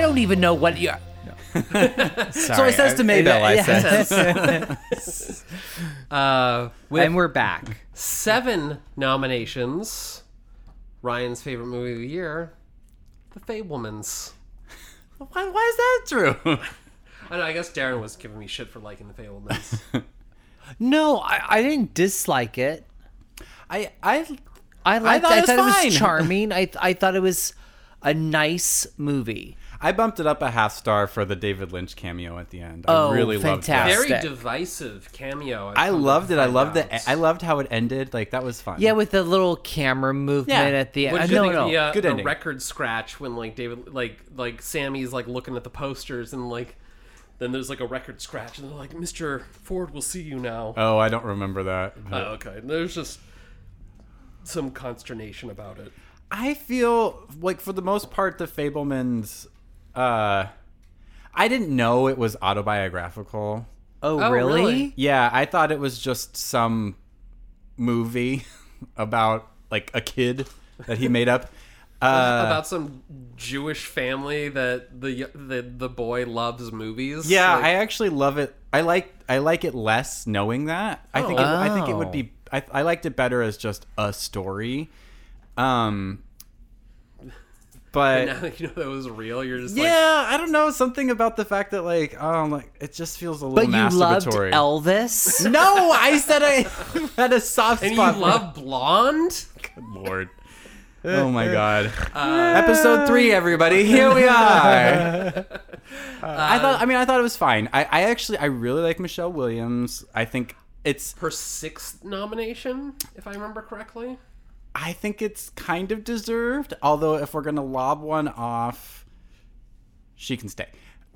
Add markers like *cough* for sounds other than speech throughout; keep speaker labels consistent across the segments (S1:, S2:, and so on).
S1: don't even know what you.
S2: so I says to Maybell, I
S3: *laughs*
S2: says,
S4: Uh, with
S2: and we're back.
S4: seven nominations, Ryan's favorite movie of the year, The Fablemans.
S2: Why, why is that true?
S4: I know. I guess Darren was giving me shit for liking The Fablemans.
S3: *laughs*
S1: No, I, I didn't dislike it.
S2: I, I,
S1: I liked.
S2: thought
S1: I
S2: it was
S1: thought it was,
S2: fine.
S1: charming. I I thought it was a nice movie.
S3: I bumped it up a half star for the David Lynch cameo at the end. I
S1: Oh,
S3: really loved that.
S1: fantastic.
S4: Very
S1: Stick.
S4: divisive cameo.
S3: I loved it. I loved
S4: that.
S3: the. e, I loved how it ended. Like that was fun.
S1: Yeah, with the little camera movement
S3: Yeah.
S1: at the
S4: What
S1: end.
S4: did you
S1: No,
S4: think of
S1: no.
S4: the, uh,
S3: Good
S4: the
S3: ending.
S4: record scratch when like David like like Sammy's like looking at the posters and like then there's like a record scratch and they're like Mr. Ford will see you now.
S3: Oh, I don't remember that.
S4: Oh, okay. And there's just some consternation about it.
S3: I feel like for the most part, the Fablemans. Uh, I didn't know it was autobiographical.
S1: oh,
S4: Oh,
S1: really?
S4: really?
S3: Yeah, I thought it was just some movie *laughs* about like a kid that he made up. Uh,
S4: about some Jewish family that the the the boy loves movies.
S3: Yeah,
S4: Like,
S3: I actually love it. I like I like it less knowing that. I think it, I think
S4: Oh.
S3: it would be. I, I liked it better as just a story. Um, but
S4: *laughs* now that you know that was real. You're just like
S3: yeah, I don't know. Something about the fact that like oh, like it just feels a
S1: But
S3: little
S1: you loved
S3: masturbatory.
S1: Elvis.
S3: no, I said I *laughs* had a soft
S4: and you
S3: spot. for-
S4: love blonde.
S3: *laughs* Lord. Oh my *laughs* God! Episode three, everybody. Here we are. *laughs* I thought. I mean, I thought it was fine. I, I actually, I really like Michelle Williams. I think it's.
S4: Her sixth nomination, if I remember correctly.
S3: I think it's kind of deserved. Although, if we're gonna lob one off, she can stay.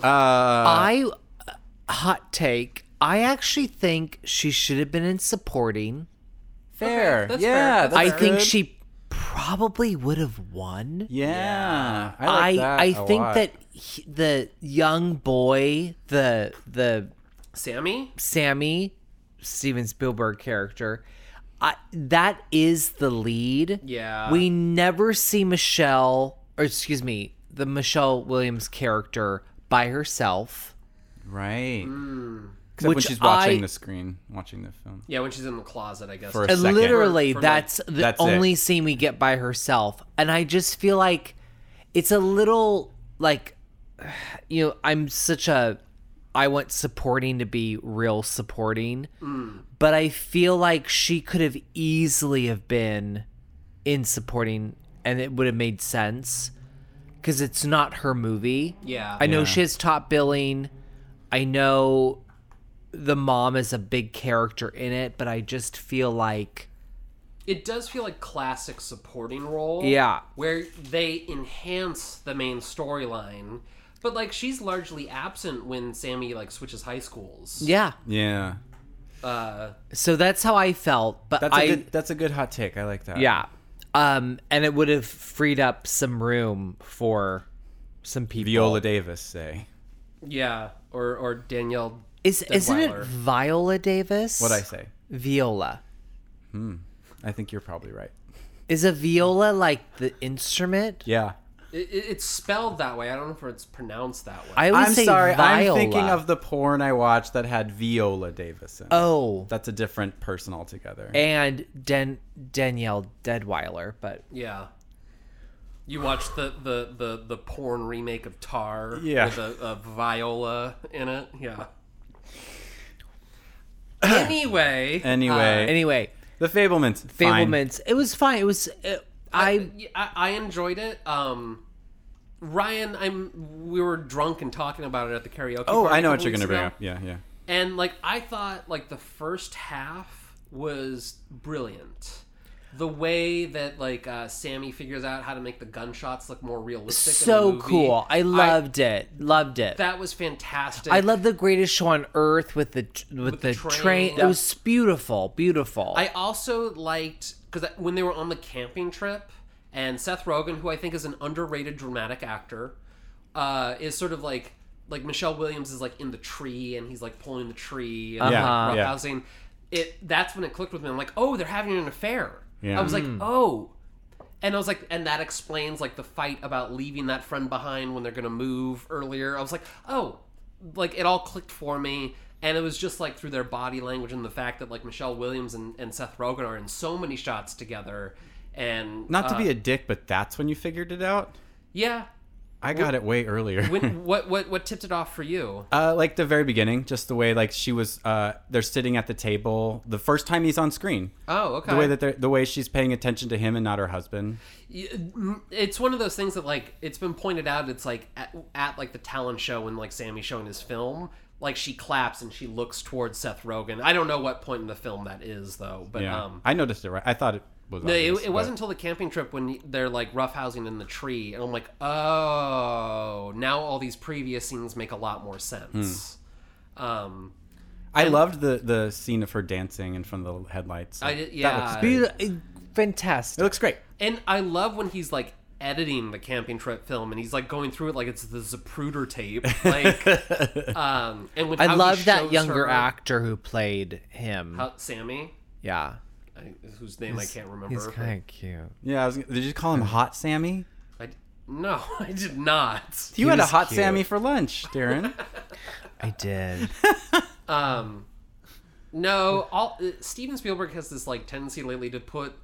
S3: Uh,
S1: I uh, hot take. I actually think she should have been in supporting.
S3: fair.
S4: that's
S3: yeah,
S4: fair, that's
S3: that's
S1: I
S4: fair.
S1: think
S3: good.
S1: she probably would have won.
S3: Yeah, I
S1: I
S3: like that
S1: I
S3: a
S1: think
S3: lot.
S1: that he, the young boy, the the
S4: Sammy?
S1: Sammy Steven Spielberg character, I, that is the lead.
S4: Yeah.
S1: We never see Michelle, or excuse me, the Michelle Williams character by herself.
S3: right. Except when
S1: Which
S3: she's watching
S1: I-
S3: the screen, watching the film.
S4: Yeah, when she's in the closet, I guess.
S3: For a
S1: And
S3: second.
S1: Literally,
S4: For- for
S1: that's the
S3: That's it.
S1: only scene we get by herself. And I just feel like it's a little like, *sighs* you know, I'm such a, I want supporting to be real supporting,
S4: Mm.
S1: but I feel like she could have easily have been in supporting and it would have made sense because it's not her movie.
S4: Yeah.
S1: I know she has top billing. I know the mom is a big character in it, but I just feel like
S4: It does feel like classic supporting role.
S1: Yeah.
S4: Where they enhance the main storyline. But like she's largely absent when Sammy like switches high schools.
S1: yeah.
S3: Yeah,
S1: So that's how I felt, but
S3: that's a
S1: I
S3: good. That's a good hot take. I like that.
S1: yeah. Um and it would have freed up some room for some people.
S3: Viola Davis say
S4: Yeah. Or or Danielle
S1: Is isn't
S4: Detweiler.
S1: it Viola Davis?
S3: what I say.
S1: Viola.
S3: I think you're probably right.
S1: Is a viola like the instrument?
S3: Yeah.
S4: it, it- it's spelled that way. I don't know if it's pronounced that way.
S1: I always
S3: I'm
S1: say
S3: sorry.
S1: viola.
S3: I'm thinking of the porn I watched that had Viola Davis in. it.
S1: Oh. Eh.
S3: That's a different person altogether.
S1: and Dan- Danielle Deadweiler, but
S4: yeah. You watched the, the, the, the porn remake of Tar
S3: Yeah.
S4: with a, a viola in it. Yeah. anyway.
S3: anyway,
S1: Uh, anyway,
S3: the Fablemans. Fine.
S1: Fablements. It was fine. It was. It, I
S4: Yeah, I, I enjoyed it. Um, Ryan, I'm. We were drunk and talking about it at the karaoke.
S3: Oh,
S4: party
S3: I know
S4: a
S3: what
S4: couple
S3: you're gonna
S4: weeks
S3: bring
S4: ago.
S3: up. Yeah, yeah.
S4: And like, I thought like the first half was brilliant. The way that like uh, Sammy figures out how to make the gunshots look more realistic. in the
S1: so
S4: movie,
S1: cool. I loved it. Loved it.
S4: that. Was fantastic.
S1: I love the greatest show on earth with the with,
S4: the
S1: the,
S4: train.
S1: train.
S4: Yeah.
S1: It was beautiful, beautiful.
S4: I also liked because when they were on the camping trip, and Seth Rogen, who I think is an underrated dramatic actor, uh, is sort of like like Michelle Williams is like in the tree and he's like pulling the tree and
S3: Yeah,
S1: Uh-huh.
S4: like
S3: yeah.
S4: roughhousing.
S1: Mm.
S4: It that's when it clicked with me. I'm like, oh, they're having an affair.
S3: Yeah.
S4: I was like, oh, And I was like, and that explains like the fight about leaving that friend behind when they're gonna move earlier. I was like, oh, like it all clicked for me. And it was just like through their body language and the fact that like Michelle Williams and, and Seth Rogen are in so many shots together. And
S3: Not to
S4: uh,
S3: be a dick, but that's when you figured it out.
S4: yeah.
S3: I got it way earlier.
S4: When, *laughs* what what what tipped it off for you?
S3: *laughs* Uh, like the very beginning, just the way like she was. Uh, they're sitting at the table the first time he's on screen.
S4: Oh, okay.
S3: The way that they're, the way she's paying attention to him and not her husband.
S4: it's one of those things that like it's been pointed out it's like at, at like the talent show when like sammy's showing his film like she claps and she looks towards seth rogen i don't know what point in the film that is though but
S3: Yeah,
S4: um
S3: I noticed it. right I thought it was.
S4: no, it,
S3: obvious,
S4: it
S3: but-
S4: wasn't until the camping trip when they're like roughhousing in the tree and i'm like oh now all these previous scenes make a lot more sense
S3: Hmm.
S4: um
S3: I loved the the scene of her dancing in front of the headlights.
S4: I-
S3: That looks
S4: yeah.
S3: great.
S1: Be-
S3: it
S1: fantastic.
S3: looks great.
S4: And I love when he's like editing the camping trip film and he's like going through it like it's the Zapruder tape.
S1: *laughs*
S4: Like um and when
S1: I
S4: how he
S1: love that
S4: shows
S1: younger
S4: her-
S1: actor who played him.
S4: how, Sammy,
S1: yeah,
S4: I, whose name I can't remember.
S1: he's kind of cute.
S3: Yeah, I was, did you call him Hot Sammy?
S4: I, no, *laughs* I did not.
S3: You had a
S1: was
S3: Hot
S1: cute.
S3: Sammy for lunch, Darren.
S1: I
S4: *laughs*
S1: did.
S4: Um no, all uh, Steven Spielberg has this like tendency lately to put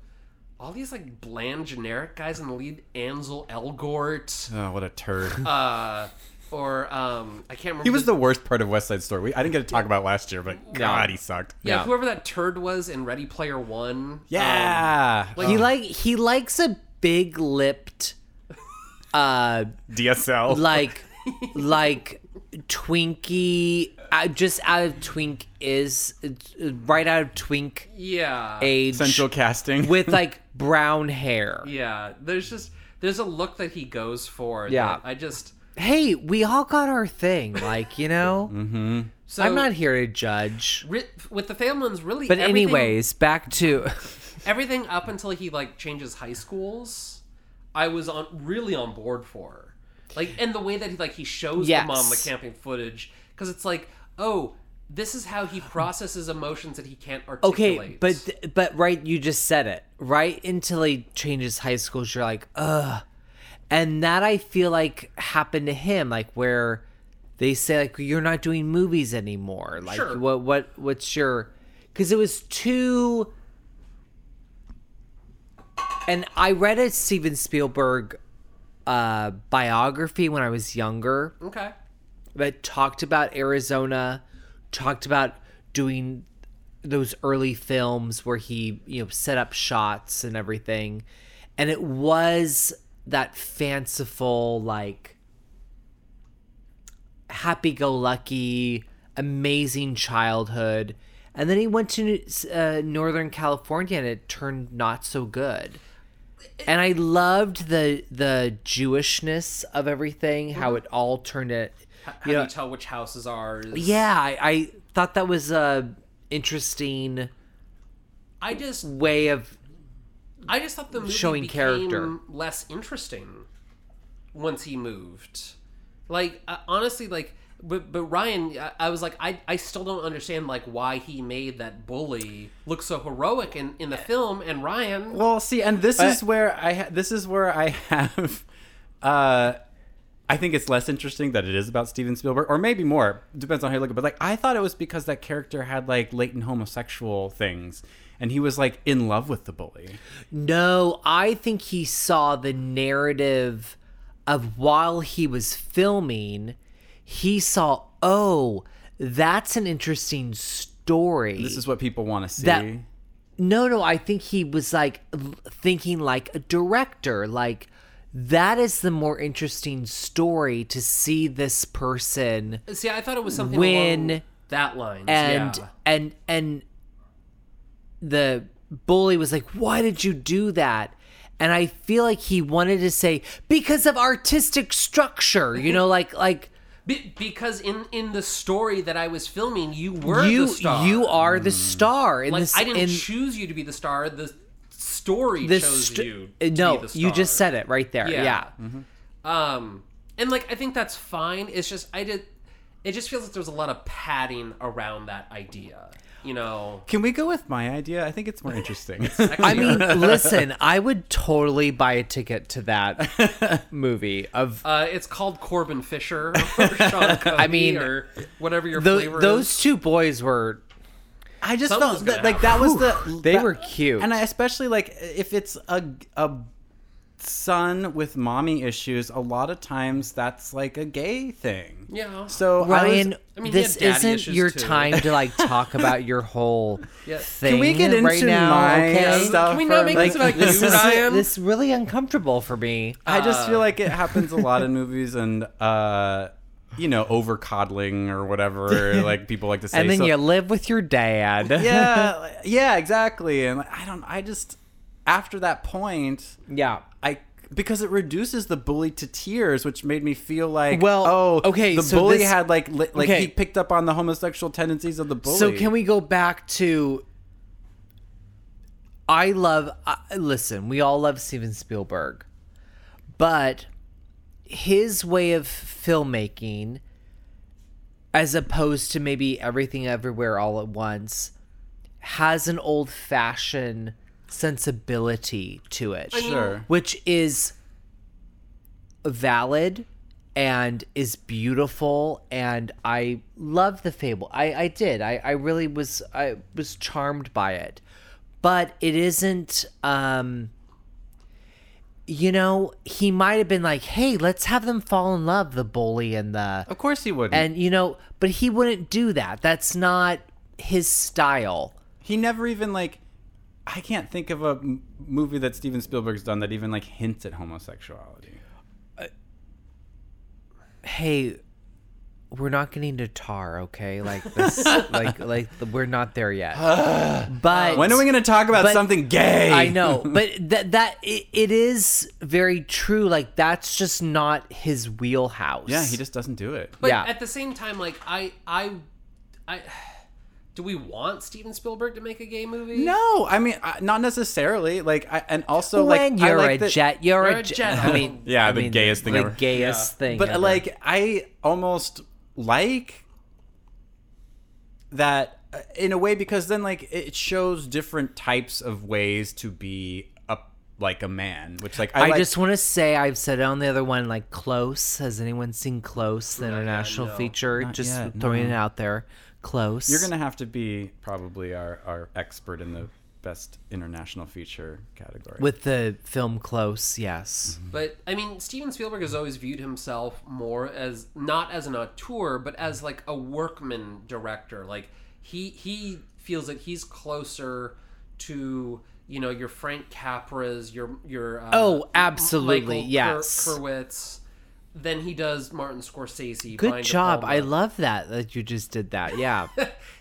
S4: all these like bland generic guys in the lead, Ansel Elgort
S3: *laughs* oh, what a turd.
S4: uh or um I can't remember
S3: he was the worst part of West Side Story. We, I didn't get to talk about last year, but God, he sucked.
S4: yeah,
S1: yeah.
S4: whoever that turd was in Ready Player One. um,
S3: Yeah. Uh,
S1: he like he likes a big lipped, uh,
S3: DSL.
S1: like like Twinkie, uh, just out of Twink is uh, right out of Twink
S4: Yeah.
S1: age
S3: Central casting.
S1: with like brown hair.
S4: yeah. There's just there's a look that he goes for.
S1: Yeah.
S4: that I just
S1: Hey, we all got our thing, like you know.
S4: so
S1: I'm not here to judge.
S4: ri- with the Phelan's really
S1: But
S4: everything-
S1: anyways, back to
S4: everything up until he like changes high schools, I was on really on board for. Like and the way that he like he shows
S1: Yes.
S4: them on the camping footage cuz it's like, "Oh, this is
S1: *sighs*
S4: how he processes emotions that he can't articulate."
S1: okay, but th- but right, you just said it right until he changes high schools. You're like, ugh, and that I feel like happened to him, like where they say like you're not doing movies anymore. Like
S4: Sure.
S1: what what what's your? Because it was too. And I read a Steven Spielberg uh, biography when I was younger.
S4: okay.
S1: that talked about Arizona, talked about doing those early films where he, you know, set up shots and everything. And it was that fanciful, like, happy go lucky, amazing childhood. And then he went to uh, Northern California and it turned not so good. And I loved the the Jewishness of everything, how it all turned it.
S4: How do you tell which house is ours?
S1: Yeah, I, I thought that was a interesting
S4: I just
S1: way of.
S4: I just thought the movie
S1: Showing
S4: became
S1: character.
S4: less interesting once he moved. Like uh, honestly, like but but Ryan, I, I was like I I still don't understand like why he made that bully look so heroic in in the
S1: Uh,
S4: film. And Ryan,
S3: Well, see, and this is where I ha- this is where I *laughs* have. Uh, I think it's less interesting that it is about Steven Spielberg, or maybe more depends on how you look at. it. But like, I thought it was because that character had like latent homosexual things, and he was like in love with the bully.
S1: No, I think he saw the narrative of while he was filming, he saw, oh, that's an interesting story.
S3: This is what people want to see.
S1: That- No, no, I think he was like l- thinking like a director. Like, that is the more interesting story to see this person.
S4: see, I thought it was something
S1: When-
S4: along that line
S1: and and and the bully was like why did you do that and i feel like he wanted to say because of artistic structure you know like like
S4: Be- because in in the story that I was filming, you *laughs* were
S1: you
S4: the star.
S1: you are the star in
S4: like
S1: this
S4: I didn't
S1: in
S4: choose you to be the star. The story
S1: this
S4: chose
S1: st-
S4: you.
S1: uh,
S4: To
S1: no
S4: be the star.
S1: you just said it right there yeah,
S4: *laughs* Um, and like I think that's fine. It's just I did. It just feels like there's a lot of padding around that idea. you know.
S3: Can we go with my idea? I think it's more interesting.
S1: *laughs* I mean, listen, I would totally buy a ticket to that
S4: *laughs*
S1: movie of
S4: Uh, it's called Corbin Fisher
S1: *laughs*
S4: or Sean Cody I
S1: mean,
S4: mean, or whatever your
S1: tho-
S4: flavor
S1: those
S4: is.
S1: two boys were
S3: I just
S4: Something's
S3: felt
S4: gonna
S3: that, like that was the
S1: They
S3: that-
S1: were cute.
S3: and I especially like if it's a a son with mommy issues. A lot of times that's like a gay thing.
S4: Yeah.
S3: So I
S1: Ryan,
S3: was,
S4: I mean, he
S1: this
S4: had daddy
S1: isn't
S4: issues
S1: your
S4: too.
S1: time to like
S4: *laughs*
S1: talk about your whole
S4: Yeah.
S1: thing.
S3: Can we get into
S1: right now,
S3: my
S1: okay?
S3: stuff?
S4: Can we
S3: or,
S4: not make this about
S1: This
S4: you,
S1: is,
S4: Ryan? Ah.
S1: this is really uncomfortable for me.
S3: I just
S1: uh.
S3: feel like it happens
S1: *laughs*
S3: a lot in movies and uh you know over coddling
S1: *laughs*
S3: or whatever like people like to say
S1: and then
S3: So-
S1: you live with your dad.
S3: *laughs* yeah
S1: *laughs*
S3: like- yeah exactly and like, I don't I just after that point
S1: yeah.
S3: I because it reduces the bully to tears which made me feel like
S1: Well,
S3: oh
S1: okay,
S3: the
S1: so
S3: bully
S1: this-
S3: had like li- like
S1: okay.
S3: he picked up on the homosexual tendencies of the bully
S1: So can we go back to? I love. Uh, listen, we all love Steven Spielberg, but his way of filmmaking, as opposed to maybe everything everywhere all at once, has an old fashioned sensibility to it
S3: sure
S1: which is valid and is beautiful and i love the fable i i did i i really was i was charmed by it but it isn't um you know he might have been like hey let's have them fall in love the bully and the
S3: of course he wouldn't
S1: and you know but he wouldn't do that that's not his style
S3: he never even like I can't think of a m- movie that Steven Spielberg's done that even like hints at homosexuality
S1: hey we're not getting to tar okay like *laughs* this like like the, we're not there *sighs* yet Uh, but
S3: When are we going to talk about
S1: but-
S3: something gay?
S1: i
S3: *laughs*
S1: know but that that it, it is very true like that's just not his wheelhouse
S3: Yeah, he just doesn't do it.
S4: But
S1: Yeah.
S4: at the same time, like I, I, I, do we want Steven Spielberg to make a gay movie?
S3: No, I mean, I, not necessarily. Like, I, and also,
S1: when
S3: like, I
S1: you're
S3: like
S1: a
S3: that-
S1: jet you're,
S4: You're
S1: a
S4: a
S1: jet
S4: jet.
S1: i mean
S3: Yeah,
S1: I
S3: the
S1: mean,
S3: gayest thing
S1: the
S3: ever.
S1: gayest thing
S3: But
S1: ever.
S3: like, I almost like that uh, in a way because then, like, it shows different types of ways to be a like a man, which, like, I,
S1: I
S3: like-
S1: just want to say I've said it on the other one like Close. Has anyone seen Close, the international
S4: no.
S1: feature? just
S3: yet,
S1: throwing
S3: no.
S1: it out there. Close.
S3: You're gonna have to be probably our our expert in the best international feature category.
S1: with the film Close, yes.
S3: Mhm.
S4: But I mean, Steven Spielberg has always viewed himself more as not as an auteur, but as like a workman director. Like he he feels that he's closer to you know your Frank Capras, your your uh,
S1: Oh, absolutely,
S4: Michael Ker-
S1: yes.
S4: Kerwitz, than he does Martin Scorsese.
S1: Good
S4: Brian De
S1: job. I
S4: Palma.
S1: love that that you just did that.
S3: *laughs*
S1: Yeah.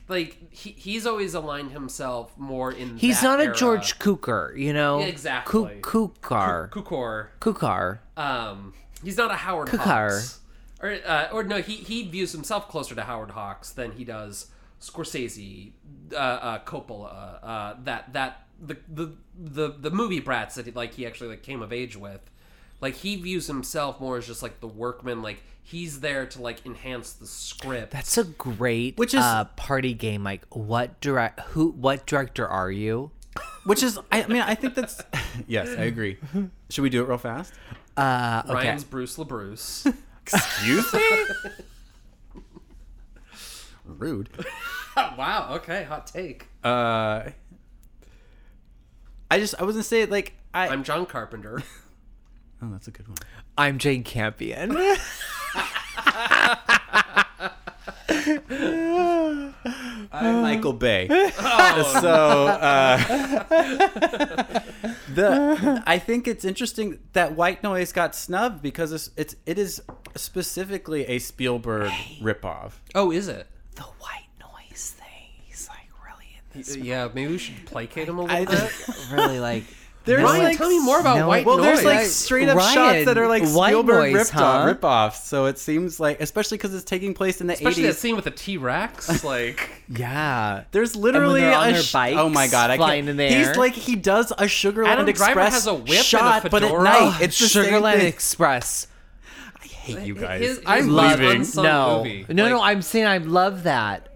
S4: like he, he's always aligned himself more in.
S1: He's
S4: that
S1: not a
S4: era.
S1: George Cukor, you know.
S4: Yeah, exactly.
S1: Cu- Cukor.
S4: Cukor.
S1: Cukor.
S3: Uh,
S4: Um, he's not a Howard
S1: Kakar.
S4: Hawks. Or, uh, or no, he, he views himself closer to Howard Hawks than he does Scorsese, uh, uh, Coppola, uh, that that the, the the the movie brats that he, like he actually like came of age with. Like he views himself more as just like the workman. Like he's there to like enhance the script.
S1: That's a great
S3: Which is-
S1: uh, party game. Like, what direct? Who? What director are you?
S3: Which is, I mean, I think that's. *laughs* yes, I *laughs* agree. Should we do it real fast?
S1: Uh, okay.
S4: Ryan's Bruce LaBruce.
S3: Excuse me? *laughs* Rude.
S4: wow. Okay. Hot take.
S3: Uh, I just, I was gonna say, like, I.
S4: I'm John Carpenter.
S3: oh, that's a good one.
S1: I'm Jane
S3: *laughs*
S1: Campion.
S3: I'm Michael *laughs* Bay. Oh, so uh, *laughs* the I think it's interesting that White Noise got snubbed because it's, it's it is specifically a Spielberg ripoff.
S4: Oh, is it?
S1: the white noise thing. He's like really in this.
S4: Uh, Yeah. Maybe we should placate him a little
S1: I
S3: Uh,
S4: bit.
S1: just really like.
S3: There's
S1: no
S3: Ryan,
S1: one-
S3: tell me
S4: more about
S1: no
S4: White
S1: one-
S3: Well, there's like
S4: Right.
S3: straight up
S1: Ryan,
S3: shots that are like
S1: white noise,
S3: Spielberg ripped off,
S1: huh?
S3: ripoffs. So it seems like, especially because it's taking place in the
S4: Especially that
S3: 80s.
S4: scene with the T Rex. Like.
S1: Yeah.
S3: There's literally
S1: they're on
S3: a
S1: their
S3: sh-
S1: bikes
S3: oh my god, I
S1: flying
S3: can't,
S1: in the air.
S3: He's like he does a Sugarland
S4: Adam
S3: Express
S4: Driver has a whip and a
S3: shot, but at
S4: fedora.
S3: night it's the same
S1: Sugarland
S3: thing.
S1: Express.
S3: Hate you
S4: his-
S3: guys.
S4: his
S3: I'm
S4: love
S3: leaving.
S4: unsung
S1: no,
S4: movie.
S1: no, no.
S4: Like- *laughs*
S1: I'm saying I love that.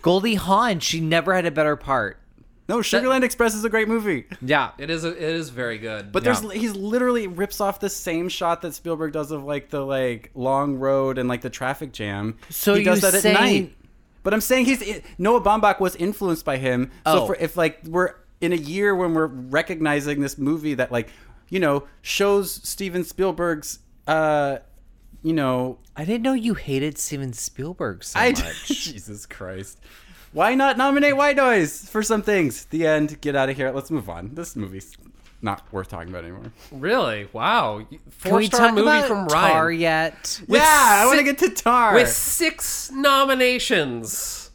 S1: Goldie Hawn, she never had a better part.
S3: No, Sugarland Express is a great movie.
S1: Yeah.
S4: It is a, it is very good.
S3: But there's he's literally rips off the same shot that Spielberg does of like the like long road and like the traffic jam.
S1: So
S3: he does
S1: you're
S3: that at
S1: saying-
S3: night. But I'm saying he's it- Noah Baumbach was influenced by him. So
S1: Oh.
S3: for, if like we're in a year when we're recognizing this movie that like you know shows Steven Spielberg's uh you know
S1: I didn't know you hated Steven Spielberg so *laughs*
S3: I
S4: *laughs*
S1: much.
S3: Jesus Christ. Why not nominate White Noise for some things? The end. Get out of here. Let's move on. This movie's not worth talking about anymore.
S4: Really? Wow.
S1: Can
S4: Four
S1: we
S4: star
S1: talk
S4: movie
S1: about
S4: from Ryan.
S1: Tar yet?
S3: yeah, I want to
S4: si-
S3: get to Tar.
S4: with six nominations.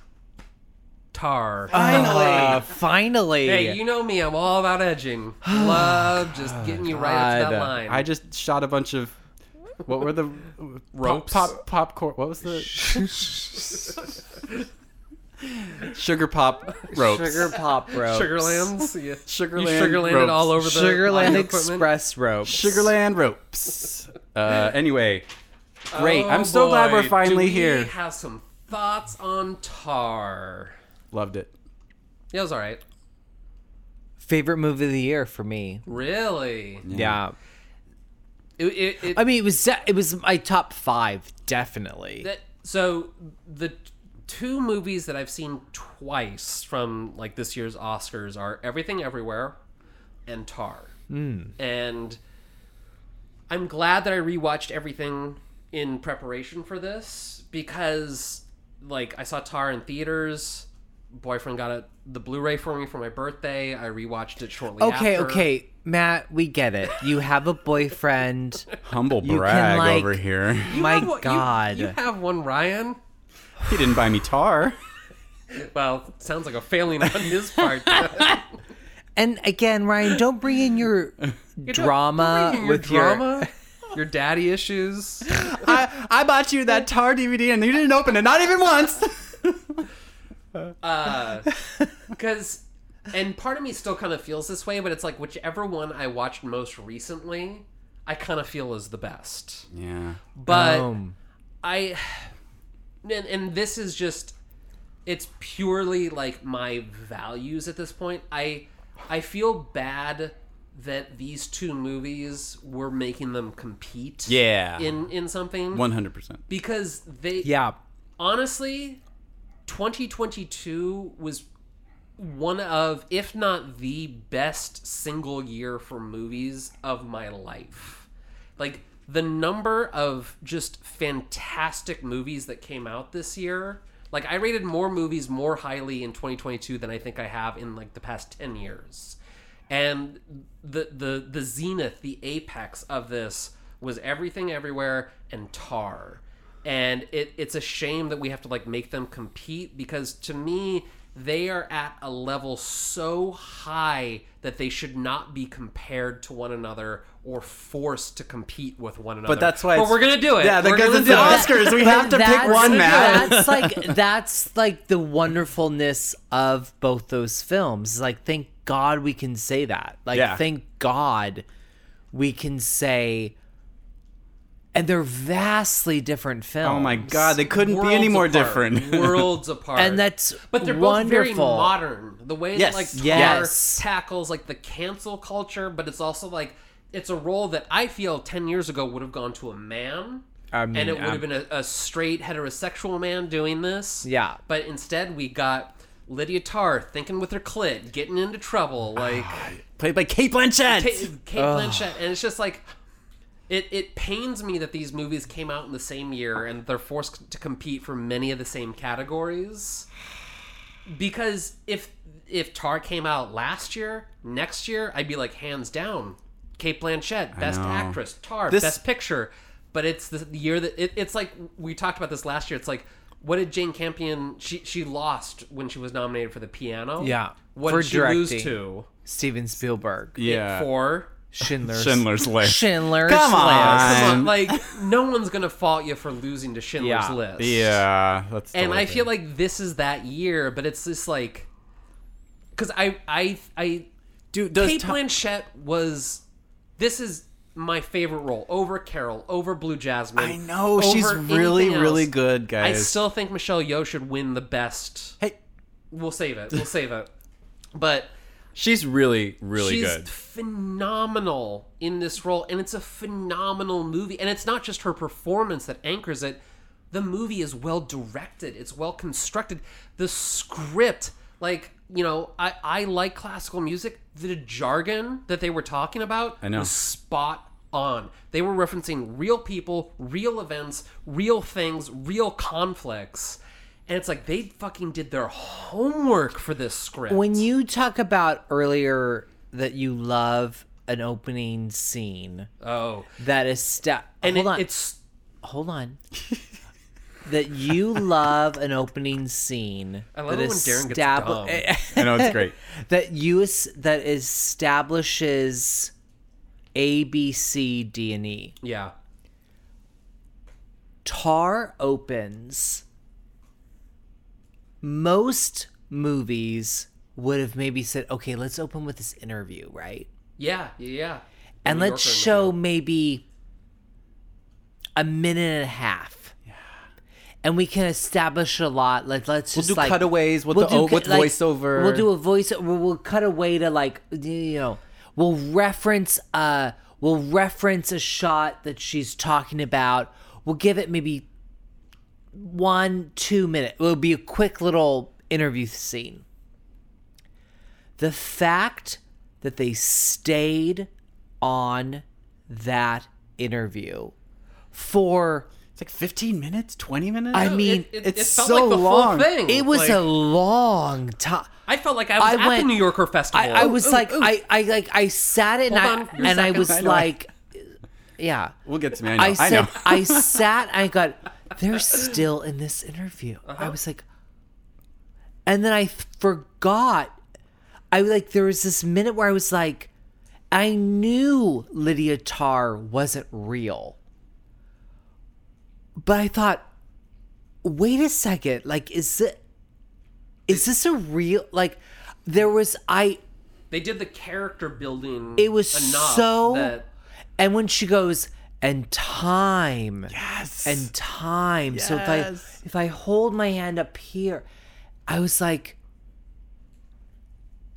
S4: Tar.
S3: Finally.
S1: Uh, finally.
S4: hey, you know me. I'm all about
S3: *sighs*
S4: edging. Love just getting you right up to that line.
S3: Oh, I just shot a bunch of. What were the
S4: Ropes.
S3: Pop, pop popcorn. What was
S4: *laughs*
S3: the sugar pop ropes?
S1: Sugar
S4: *laughs*
S1: pop rope.
S4: Sugarlands.
S3: *laughs*
S4: Yeah.
S3: Sugarland
S4: you sugarlanded
S3: ropes.
S4: all over the
S1: Sugarland
S4: audio equipment.
S1: Express rope.
S3: Sugarland ropes. Uh, anyway, great.
S4: Oh,
S3: I'm so glad
S4: boy.
S3: we're finally
S4: Do we
S3: here.
S4: Have some thoughts on Tar.
S3: Loved it.
S4: Yeah, it was all right.
S1: Favorite movie of the year for me.
S4: Really?
S1: Yeah.
S4: It, it, it,
S1: I mean, it was de- it was my top five definitely.
S4: that so the t- two movies that I've seen twice from like this year's Oscars are Everything Everywhere and Tar.
S1: Hmm.
S4: Mm. And I'm glad that I rewatched everything in preparation for this because like I saw Tar in theaters. Boyfriend got it the Blu-ray for me for my birthday. I rewatched it shortly
S1: okay,
S4: after.
S1: okay, Matt, we get it. You have a boyfriend.
S3: Humble
S1: You can,
S3: brag
S1: like-
S3: over here.
S4: *laughs* You
S1: My
S4: have one- you-
S1: God.
S4: you have one, Ryan.
S3: He didn't buy me
S4: *laughs*
S3: tar.
S4: Well, sounds like a failing on his part.
S1: and again, Ryan, don't bring in
S4: *laughs*
S1: your drama
S4: Bringing
S1: with
S4: your
S1: *laughs* your-
S4: drama, your daddy issues.
S3: I, I bought you that tar DVD and you didn't open it, not even
S4: *laughs*
S3: once.
S4: Because, and part of me still kind of feels this way, but it's like whichever one I watched most recently, I kind of feel is the best.
S3: Yeah.
S4: But
S1: Boom.
S4: I, and, and this is just, it's purely like my values at this point. I, I feel bad that these two movies were making them compete.
S3: Yeah.
S4: In in something.
S3: One hundred percent.
S4: Because they
S1: yeah.
S4: honestly 2022 was one of if not the best single year for movies of my life like the number of just fantastic movies that came out this year like i rated more movies more highly in 2022 than i think i have in like the past 10 years and the the the zenith the apex of this was everything everywhere and tar and it, it's a shame that we have to like make them compete because to me they are at a level so high that they should not be compared to one another or forced to compete with one another.
S3: But that's why.
S4: But
S3: it's-
S4: we're gonna do it.
S3: Yeah,
S4: we're
S3: because
S4: gonna
S3: it's
S4: do
S3: the *laughs*
S4: it.
S3: Oscars. We have to pick
S1: That's-
S3: one, Matt.
S1: That's
S3: *laughs*
S1: like that's like the wonderfulness of both those films. Like, thank God we can say that. Like,
S3: Yeah.
S1: thank God we can say. And they're vastly different films.
S3: Oh my God, they couldn't be
S4: Worlds
S3: any more
S4: apart.
S3: different. *laughs*
S4: Worlds apart.
S1: And that's
S4: but they're both very
S1: wonderful.
S4: modern. The way
S3: Yes,
S4: that like Tar
S1: yes.
S4: tackles like the cancel culture, but it's also like it's a role that I feel ten years ago would have gone to a man.
S1: I mean,
S4: and it would
S1: I'm-
S4: have been a, a straight heterosexual man doing this.
S1: Yeah.
S4: But instead we got Lydia Tar thinking with her clit, getting into trouble, like
S1: Ah,
S3: Played by Kate Blanchett.
S4: Kate, Kate Blanchett, and it's just like it. It pains me that these movies came out in the same year and they're forced to compete for many of the same categories. Because if if Tar came out last year, next year I'd be like hands down, Kate Blanchett, best
S3: know.
S4: actress, Tar,
S3: This-
S4: best picture. But it's the the year that it, it's like we talked about this last year. It's like. What did Jane Campion? She she lost when she was nominated for the piano.
S1: Yeah,
S4: What
S1: for
S4: did she lose
S1: directing.
S4: to?
S1: Steven Spielberg.
S3: Yeah.
S4: For
S1: Schindler's
S3: Schindler's List.
S1: Schindler's
S3: Come on.
S1: List.
S4: Come on,
S3: Um,
S4: like no one's gonna fault you for losing to Schindler's
S1: Yeah.
S4: List.
S3: Yeah. That's.
S4: And I
S3: totally
S4: feel like this is that year, but it's just like because I I I
S3: Dude, does
S4: Kate
S3: Tom-
S4: Blanchett was this is my favorite role over Carol, over Blue Jasmine.
S3: I know she's
S4: over
S3: really,
S4: anything else.
S3: really good, guys.
S4: I still think Michelle Yeoh should win the best.
S3: hey,
S4: We'll save it. We'll save it. But
S3: she's really, really
S4: she's
S3: good.
S4: phenomenal in this role, and it's a phenomenal movie. And it's not just her performance that anchors it. The movie is well directed. It's well constructed. The script, like you know, I I like classical music. The jargon that they were talking about
S3: know.
S4: was spot on. They were referencing real people, real events, real things, real conflicts. And it's like they fucking did their homework for this script.
S1: When you talk about earlier that you love an opening scene
S4: oh,
S1: that is sta-
S4: and
S1: hold
S4: it-
S1: on,
S4: it's
S1: hold on. that you love an opening scene
S4: I love
S1: that
S4: it when Darren gets
S1: estab-
S3: I know it's
S4: *laughs*
S3: great.
S1: *laughs* that you es- that establishes A B C D and E.
S4: yeah.
S1: Tar opens. Most movies would have maybe said, "Okay, let's open with this interview, right?"
S4: Yeah, yeah, yeah.
S1: and
S4: New
S1: let's
S4: Yorker in the
S1: show maybe a minute and a half. And we can establish a lot. Like let's just
S3: do
S1: like,
S3: cutaways with the-
S1: cu-
S3: with voiceover.
S1: We'll do a voice. We'll, we'll cut away to like you know. We'll reference uh. We'll reference a shot that she's talking about. We'll give it maybe one two minute. It'll be a quick little interview scene the fact that they stayed on that interview for
S3: It's like 15 minutes, 20 minutes.
S1: I
S4: No,
S1: mean
S4: it,
S1: it,
S4: it, it
S3: it's
S4: felt
S3: so
S4: like the
S3: long.
S4: Full thing.
S1: was
S4: like,
S1: a long time
S4: I felt like I was
S1: I
S4: at the
S1: went-
S4: New Yorker festival.
S1: I, I was like I, I like I sat it and
S4: Hold on,
S1: I
S4: your
S1: and I
S4: second.
S1: was
S4: I
S3: know.
S1: like yeah
S3: we'll get to me. I know.
S1: I
S3: I,
S1: said
S3: know.
S1: I, sat I got they're still in this interview
S3: Uh-huh.
S1: I was like and then I forgot I like there was this minute where I was like I knew Lydia Tarr wasn't real. But I thought, wait a second, like is it is this a real like there was I
S4: they did the character building.
S1: it was
S4: enough
S1: so
S4: that
S1: and when she goes and time
S3: yes.
S1: and time. So if I
S3: Yes.
S1: if I hold my hand up here, I was like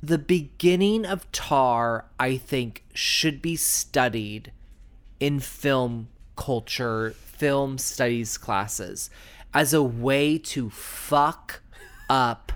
S1: the beginning of Tar, I think, should be studied in film culture, film studies classes as a way to fuck up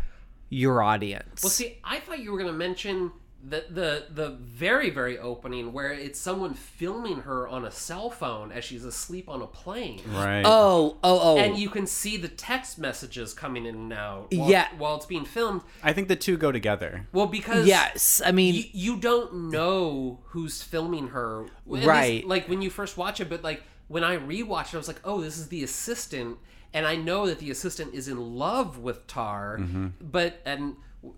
S1: your audience.
S4: Well, see, I thought you were going to mention the the the very very opening where it's someone filming her on a cell phone as she's asleep on a plane.
S3: *laughs* right.
S1: oh, oh, oh.
S4: And you can see the text messages coming in and out while,
S1: Yeah.
S4: while it's being filmed.
S3: I think the two go together.
S4: Well, because
S1: yes. I mean,
S4: you, you don't know who's filming her, At least,
S1: Right.
S4: like when you first watch it, but like when I rewatched it, I was like, oh, this is the assistant, and I know that the assistant is in love with Tar,
S1: Mm-hmm.
S4: but and w-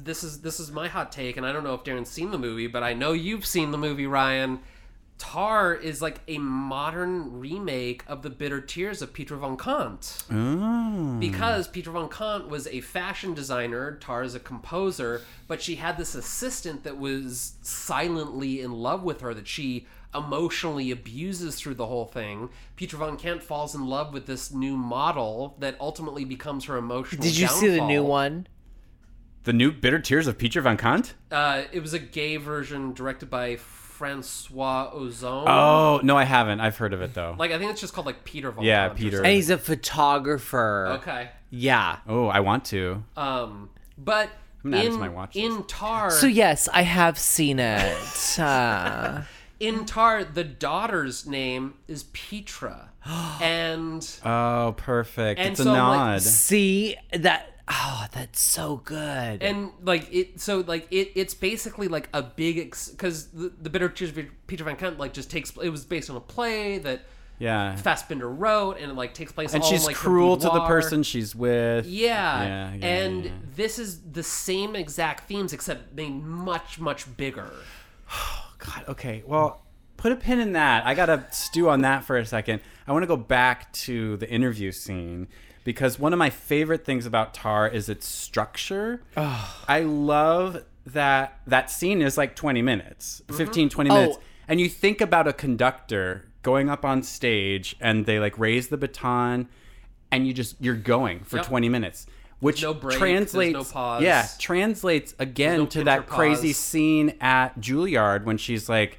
S4: this is this is my hot take, and I don't know if Darren's seen the movie, but I know you've seen the movie, Ryan. Tar is like a modern remake of The Bitter Tears of Peter von Kant
S3: Hmm.
S4: because Peter von Kant was a fashion designer, Tar is a composer, but she had this assistant that was silently in love with her that she emotionally abuses through the whole thing. Peter von Kant falls in love with this new model that ultimately becomes her emotional.
S1: did you see the new
S4: downfall.
S1: one?
S3: The new Bitter Tears of Peter Van Kant?
S4: Uh, it was a gay version directed by Francois Ozon.
S3: Oh, no, I haven't. I've heard of it, though.
S4: Like I think it's just called like Peter von
S3: Yeah,
S4: Kant or
S3: Peter.
S4: something.
S1: And he's a photographer.
S4: Okay.
S1: Yeah.
S3: oh, I want to.
S4: Um but
S3: I'm gonna add it to
S4: in-
S3: my watch
S4: in Tar
S1: So yes, I have seen
S3: *laughs*
S1: it. Uh,
S4: in Tar, the daughter's name
S3: *gasps*
S4: is Petra, and
S3: Oh, perfect.
S4: And
S3: it's
S4: so,
S3: a
S4: like,
S3: nod.
S1: see that? Oh, that's so good.
S4: and like it. So like it, it's basically like a big because the, the bitter tears of Peter Van Kant like just takes. It was based on a play that
S3: yeah.
S4: Fassbinder wrote, and it like takes place.
S3: and
S4: all in,
S3: she's
S4: like, the
S3: cruel to the
S4: boudoir.
S3: person she's with.
S4: Yeah,
S3: Yeah, yeah,
S4: and
S3: yeah.
S4: this is the same exact themes except made much much bigger.
S3: God, okay. Well, put a pin in that. I got to stew on that for a second. I want to go back to the interview scene because one of my favorite things about Tar is its structure. I love that that scene is like 20 minutes,
S4: Mm-hmm.
S3: 15, 20 minutes.
S4: Oh.
S3: And you think about a conductor going up on stage and they like raise the baton and you just, you're going for
S4: Yep.
S3: 20 minutes, which
S4: no break, there's
S3: translates,
S4: no pause.
S3: yeah, translates again
S4: no
S3: to
S4: pinch or
S3: that crazy
S4: pause.
S3: scene at Juilliard when she's like,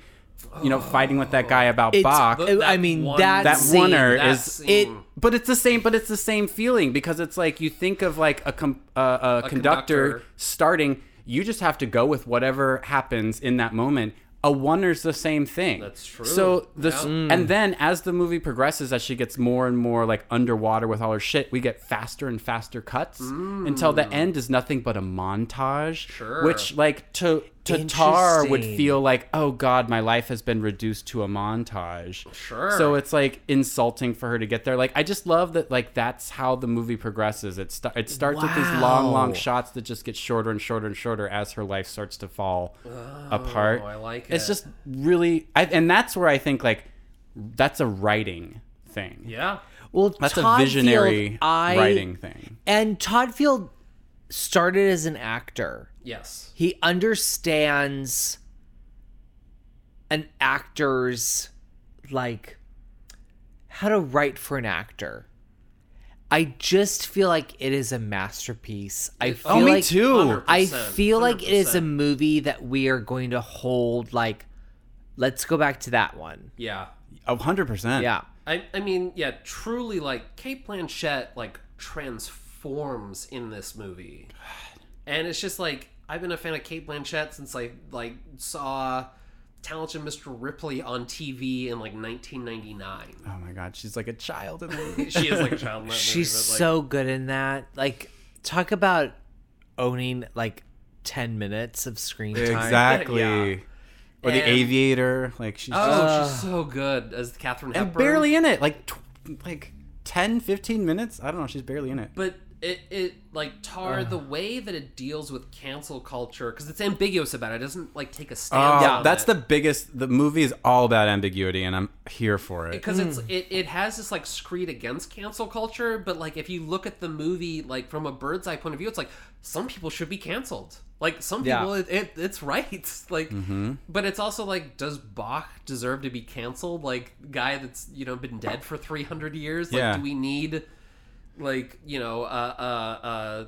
S3: you know, fighting with that guy about Bach.
S1: it- I mean, that
S3: that
S1: scene-
S3: winner
S1: that
S3: is
S4: scene.
S3: it but it's the same but it's the same feeling because it's like you think of like a com- uh, a, conductor,
S4: conductor.
S3: starting you just have to go with whatever happens in that moment a winner's the same thing
S4: That's true.
S3: so this
S4: Yeah.
S3: and then as the movie progresses as she gets more and more like underwater with all her shit we get faster and faster cuts until the end is nothing but a montage
S4: Mm. Sure.
S3: which like to to tar would
S1: Interesting.
S3: feel like oh god my life has been reduced to a montage
S4: Sure.
S3: so it's like insulting for her to get there. Like I just love that. Like that's how the movie progresses. It sta- it starts with these long,
S1: Wow.
S3: long shots that just get shorter and shorter and shorter as her life starts to fall apart.
S4: Oh, I like
S3: It's
S4: it.
S3: just really, I, and that's where I think like that's a writing thing.
S4: yeah.
S1: Well,
S3: That's
S1: Todd
S3: a visionary
S1: Field, I,
S3: writing thing.
S1: And Todd Field started as an actor.
S4: Yes.
S1: He understands an actor's like how to write for an actor. I just feel like it is a masterpiece. I feel
S3: Oh, me
S1: like
S3: too.
S1: I
S4: 100%,
S1: feel like it is a
S4: 100%.
S1: movie that we are going to hold like let's go back to that one.
S4: Yeah.
S3: A hundred percent.
S1: Yeah.
S4: I, I mean, yeah, truly, like, Kate Blanchett, like, transforms in this movie. And it's just like, I've been a fan of Kate Blanchett since I, like, saw Talented Mr. Ripley on TV in, like, 1999.
S3: Oh my god, she's like a child in the
S4: *laughs*
S3: movie.
S4: She is, like, a child
S3: *laughs*
S4: in that
S1: She's
S4: movie, but, like,
S1: so good in that. Like talk about owning like 10 minutes of screen time.
S3: exactly.
S4: Yeah.
S3: Or the
S4: And-
S3: aviator. Like she's
S4: Oh,
S3: just
S4: she's so good as Catherine Hepburn.
S3: and barely in it like tw- like 10 15 minutes i don't know she's barely in it
S4: But it, it like Tar the way that it deals with cancel culture because it's ambiguous about it. it. Doesn't like take a
S3: Oh,
S4: stand. on
S3: that's
S4: it.
S3: the biggest the movie is all about ambiguity and i'm here for it
S4: because it's it, it has this like screed against cancel culture but like if you look at the movie like from a bird's eye point of view it's like some people should be canceled like some
S1: Yeah.
S4: people it, it, it's right *laughs* like
S3: Mm-hmm.
S4: but it's also like does bach deserve to be canceled like guy that's you know been dead for 300 years like
S3: Yeah.
S4: do we need like you know uh uh uh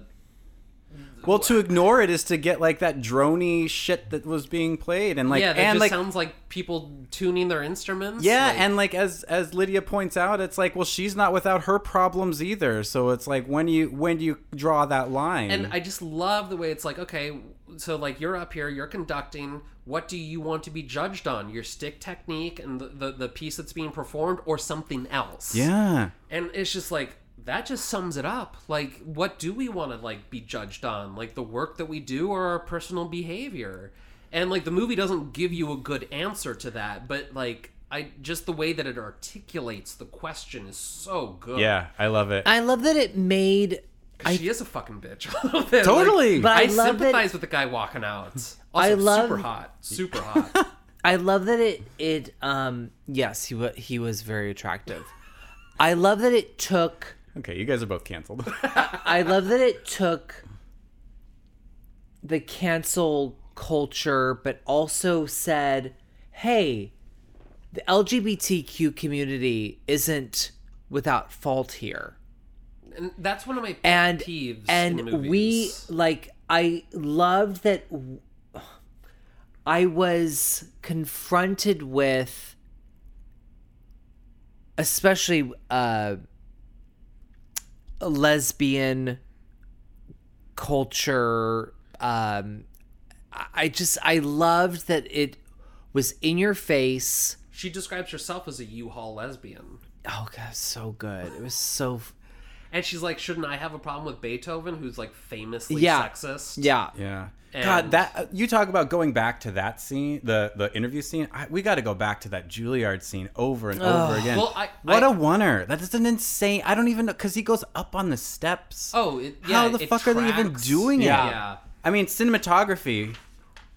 S3: well to ignore it is to get like that drony shit that was being played and like
S4: yeah that
S3: and
S4: just
S3: like
S4: sounds like people tuning their instruments
S3: yeah
S4: like,
S3: and like as as lydia points out it's like well she's not without her problems either so it's like when do you when do you draw that line
S4: And I just love the way it's like, okay, so like you're up here, you're conducting. What do you want to be judged on? Your stick technique and the, the, the piece that's being performed or something else?
S3: yeah
S4: And it's just like, that just sums it up. Like, what do we want to like be judged on? Like the work that we do or our personal behavior? And like the movie doesn't give you a good answer to that, but like I just the way that it articulates the question is so good.
S3: yeah i love it
S1: I love that it made
S4: 'Cause she is a fucking bitch. *laughs* a little bit.
S3: Totally.
S4: Like,
S1: But I
S4: I,
S1: love that-
S4: sympathize with the guy
S1: *laughs*
S4: walking out. Also,
S1: I love-
S4: super hot, super hot.
S1: *laughs* I love that it it um yes he was he was very attractive. I love that it took
S3: okay you guys are both canceled *laughs*
S1: I love that it took the cancel culture but also said, "Hey, the LGBTQ community isn't without fault here."
S4: and that's one of my pet
S1: and
S4: peeves. in
S1: and
S4: movies.
S1: we like i loved that w- i was confronted with especially uh lesbian culture um I- i just i loved that it was in your face
S4: she describes herself as a U-Haul lesbian,
S1: oh god so good it was so f-
S4: and she's like, "Shouldn't I have a problem with Beethoven, who's like famously
S1: Yeah.
S4: sexist?"
S1: yeah
S3: Yeah.
S4: And-
S3: God, that uh, you talk about going back to that scene, the the interview scene. I, we got to go back to that Juilliard scene over and over again.
S4: Well, I-
S3: what a
S4: I-
S3: winner! That is an insane. I don't even know because he goes up on the steps.
S4: Oh, it, yeah,
S3: how the
S4: it
S3: fuck are they even
S4: tracks.
S3: doing
S4: yeah.
S3: it? I mean, cinematography.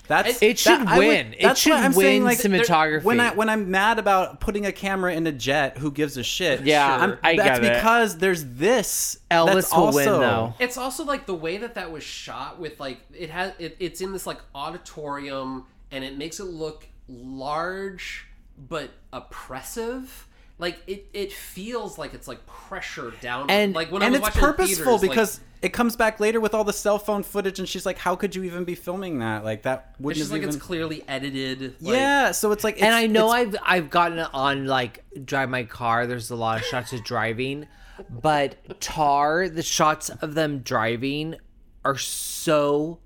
S3: That's
S1: It should
S3: I
S1: win. It
S3: that's
S1: should
S3: what I'm
S1: win
S3: saying, like, there-
S1: cinematography.
S3: When I when I'm mad about putting a camera in a jet, who gives a shit?
S1: Yeah,
S3: I'm-
S2: I
S3: that's
S2: get it.
S3: because there's this.
S1: Elvis
S3: that's
S1: will
S3: also,
S1: win, though.
S4: It's also like the way that that was shot with like it has it, it's in this like auditorium and it makes it look large but oppressive. Like it it feels like it's like pressure down
S1: And-
S4: like when I
S3: And
S4: was
S3: it's
S4: watching in
S3: purposeful
S4: theaters, like-
S3: because it comes back later with all the cell phone footage, and she's like, "How could you even be filming that? Like that wouldn't
S4: it's just
S3: have
S4: like
S3: even."
S4: it's clearly edited. Like,
S3: yeah, so it's like, it's,
S1: and I know
S3: it's-
S1: I've I've gotten on like drive my car. There's a lot of shots of driving, but Tar the shots of them driving are so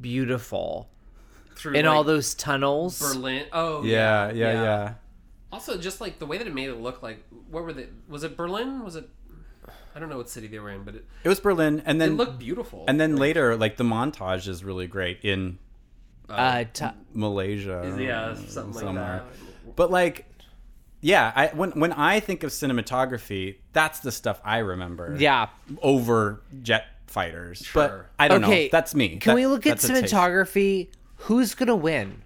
S1: beautiful
S4: through
S1: in
S4: like,
S1: all those tunnels.
S4: Berlin. Oh
S3: Yeah, yeah, yeah.
S4: Also, just like the way that it made it look like what were they? Was it Berlin? Was it? I don't know what city they were in, but it,
S3: It was Berlin, and
S4: it
S3: then
S4: looked beautiful.
S3: and then later, like the montage is really great in
S1: Uh, ta-
S3: Malaysia.
S4: yeah, something
S3: somewhere.
S4: like that.
S3: But like, yeah, I when when I think of cinematography, that's the stuff I remember.
S1: yeah.
S3: over jet fighters.
S4: Sure.
S3: But I don't
S1: Okay,
S3: know. That's me.
S1: Can
S3: That-
S1: we look at
S3: that's a taste.
S1: cinematography? Who's gonna win?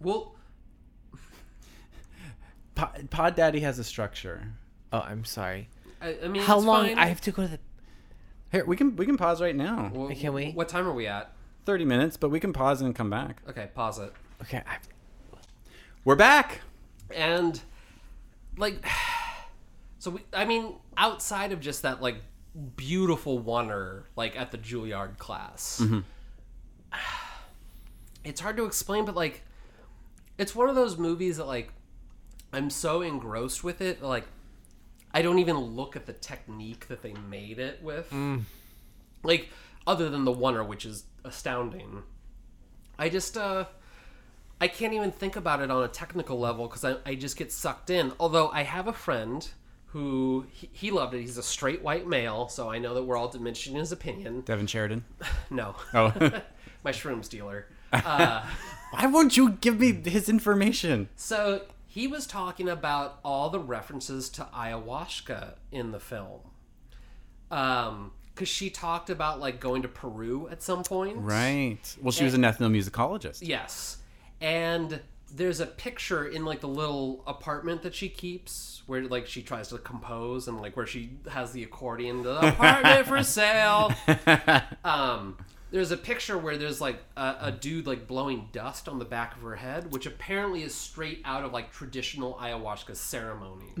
S4: Well,
S3: Po- Pod Daddy has a structure.
S1: Oh, I'm sorry.
S4: I, I mean,
S1: How
S4: it's
S1: long?
S4: fine.
S1: I have to go to the.
S3: Here, we can we can pause right now.
S4: Well,
S1: Can we?
S4: What time are we at?
S3: 30 minutes, but we can pause and come back.
S4: Okay, pause it.
S1: Okay, I've,
S3: We're back.
S4: And like, *sighs* so we, I mean, outside of just that like beautiful wonder, like at the Juilliard class, it's hard to explain. But like, it's one of those movies that like I'm so engrossed with it, like I don't even look at the technique that they made it with. Like, other than the wonder, which is astounding. I just uh I can't even think about it on a technical level because I, I just get sucked in. Although I have a friend who he, he loved it. He's a straight white male, so I know that we're all diminishing his opinion.
S3: Devin Sheridan.
S4: No,
S3: Oh.
S4: *laughs*
S3: *laughs*
S4: my shrooms dealer.
S3: Why won't you give me his information?
S4: So he was talking about all the references to ayahuasca in the film. Um, because she talked about like going to Peru at some point.
S3: Right. Well, she was an ethnomusicologist.
S4: Yes. And there's a picture in like the little apartment that she keeps where like she tries to compose and like where she has the accordion the apartment for sale. Um there's a picture where there's like a, a dude like blowing dust on the back of her head, which apparently is straight out of like traditional ayahuasca ceremonies.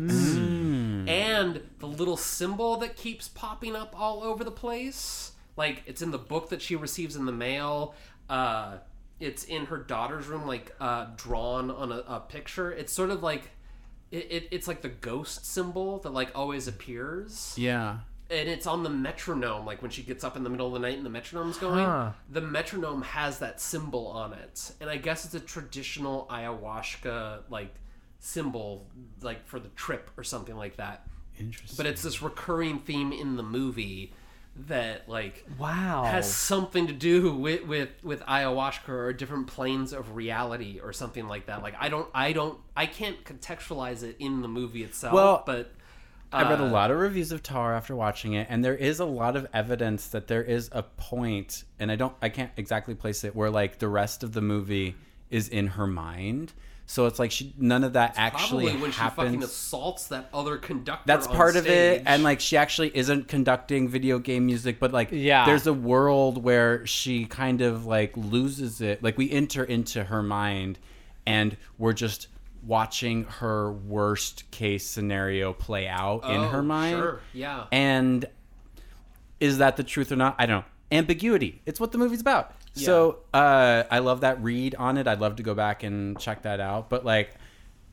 S4: And the little symbol that keeps popping up all over the place. Like, it's in the book that she receives in the mail. Uh, it's in her daughter's room, like, uh, drawn on a, a picture. It's sort of like. It, it, it's like the ghost symbol that like always appears
S3: Yeah.
S4: and it's on the metronome like when she gets up in the middle of the night and the metronome's going the metronome has that symbol on it and i guess it's a traditional ayahuasca like symbol like for the trip or something like that
S3: Interesting.
S4: but it's this recurring theme in the movie that like
S1: wow.
S4: has something to do with, with with ayahuasca or different planes of reality or something like that like i don't i don't i can't contextualize it in the movie itself
S3: Well,
S4: but
S3: I read a lot of reviews of Tar after watching it, and there is a lot of evidence that there is a point, and I don't, I can't exactly place it, where like the rest of the movie is in her mind. So it's like she, none of that actually
S4: probably when she fucking
S3: happens.
S4: assaults that other conductor.
S3: That's
S4: on
S3: part of it,
S4: stage.
S3: and like she actually isn't conducting video game music, but like
S1: Yeah.
S3: there's a world where she kind of like loses it. Like we enter into her mind, and we're just watching her worst case scenario play out in
S4: Oh,
S3: her mind.
S4: sure, yeah.
S3: And is that the truth or not? I don't know. Ambiguity. It's what the movie's about. So uh, I love that read on it. I'd love to go back and check that out. But like,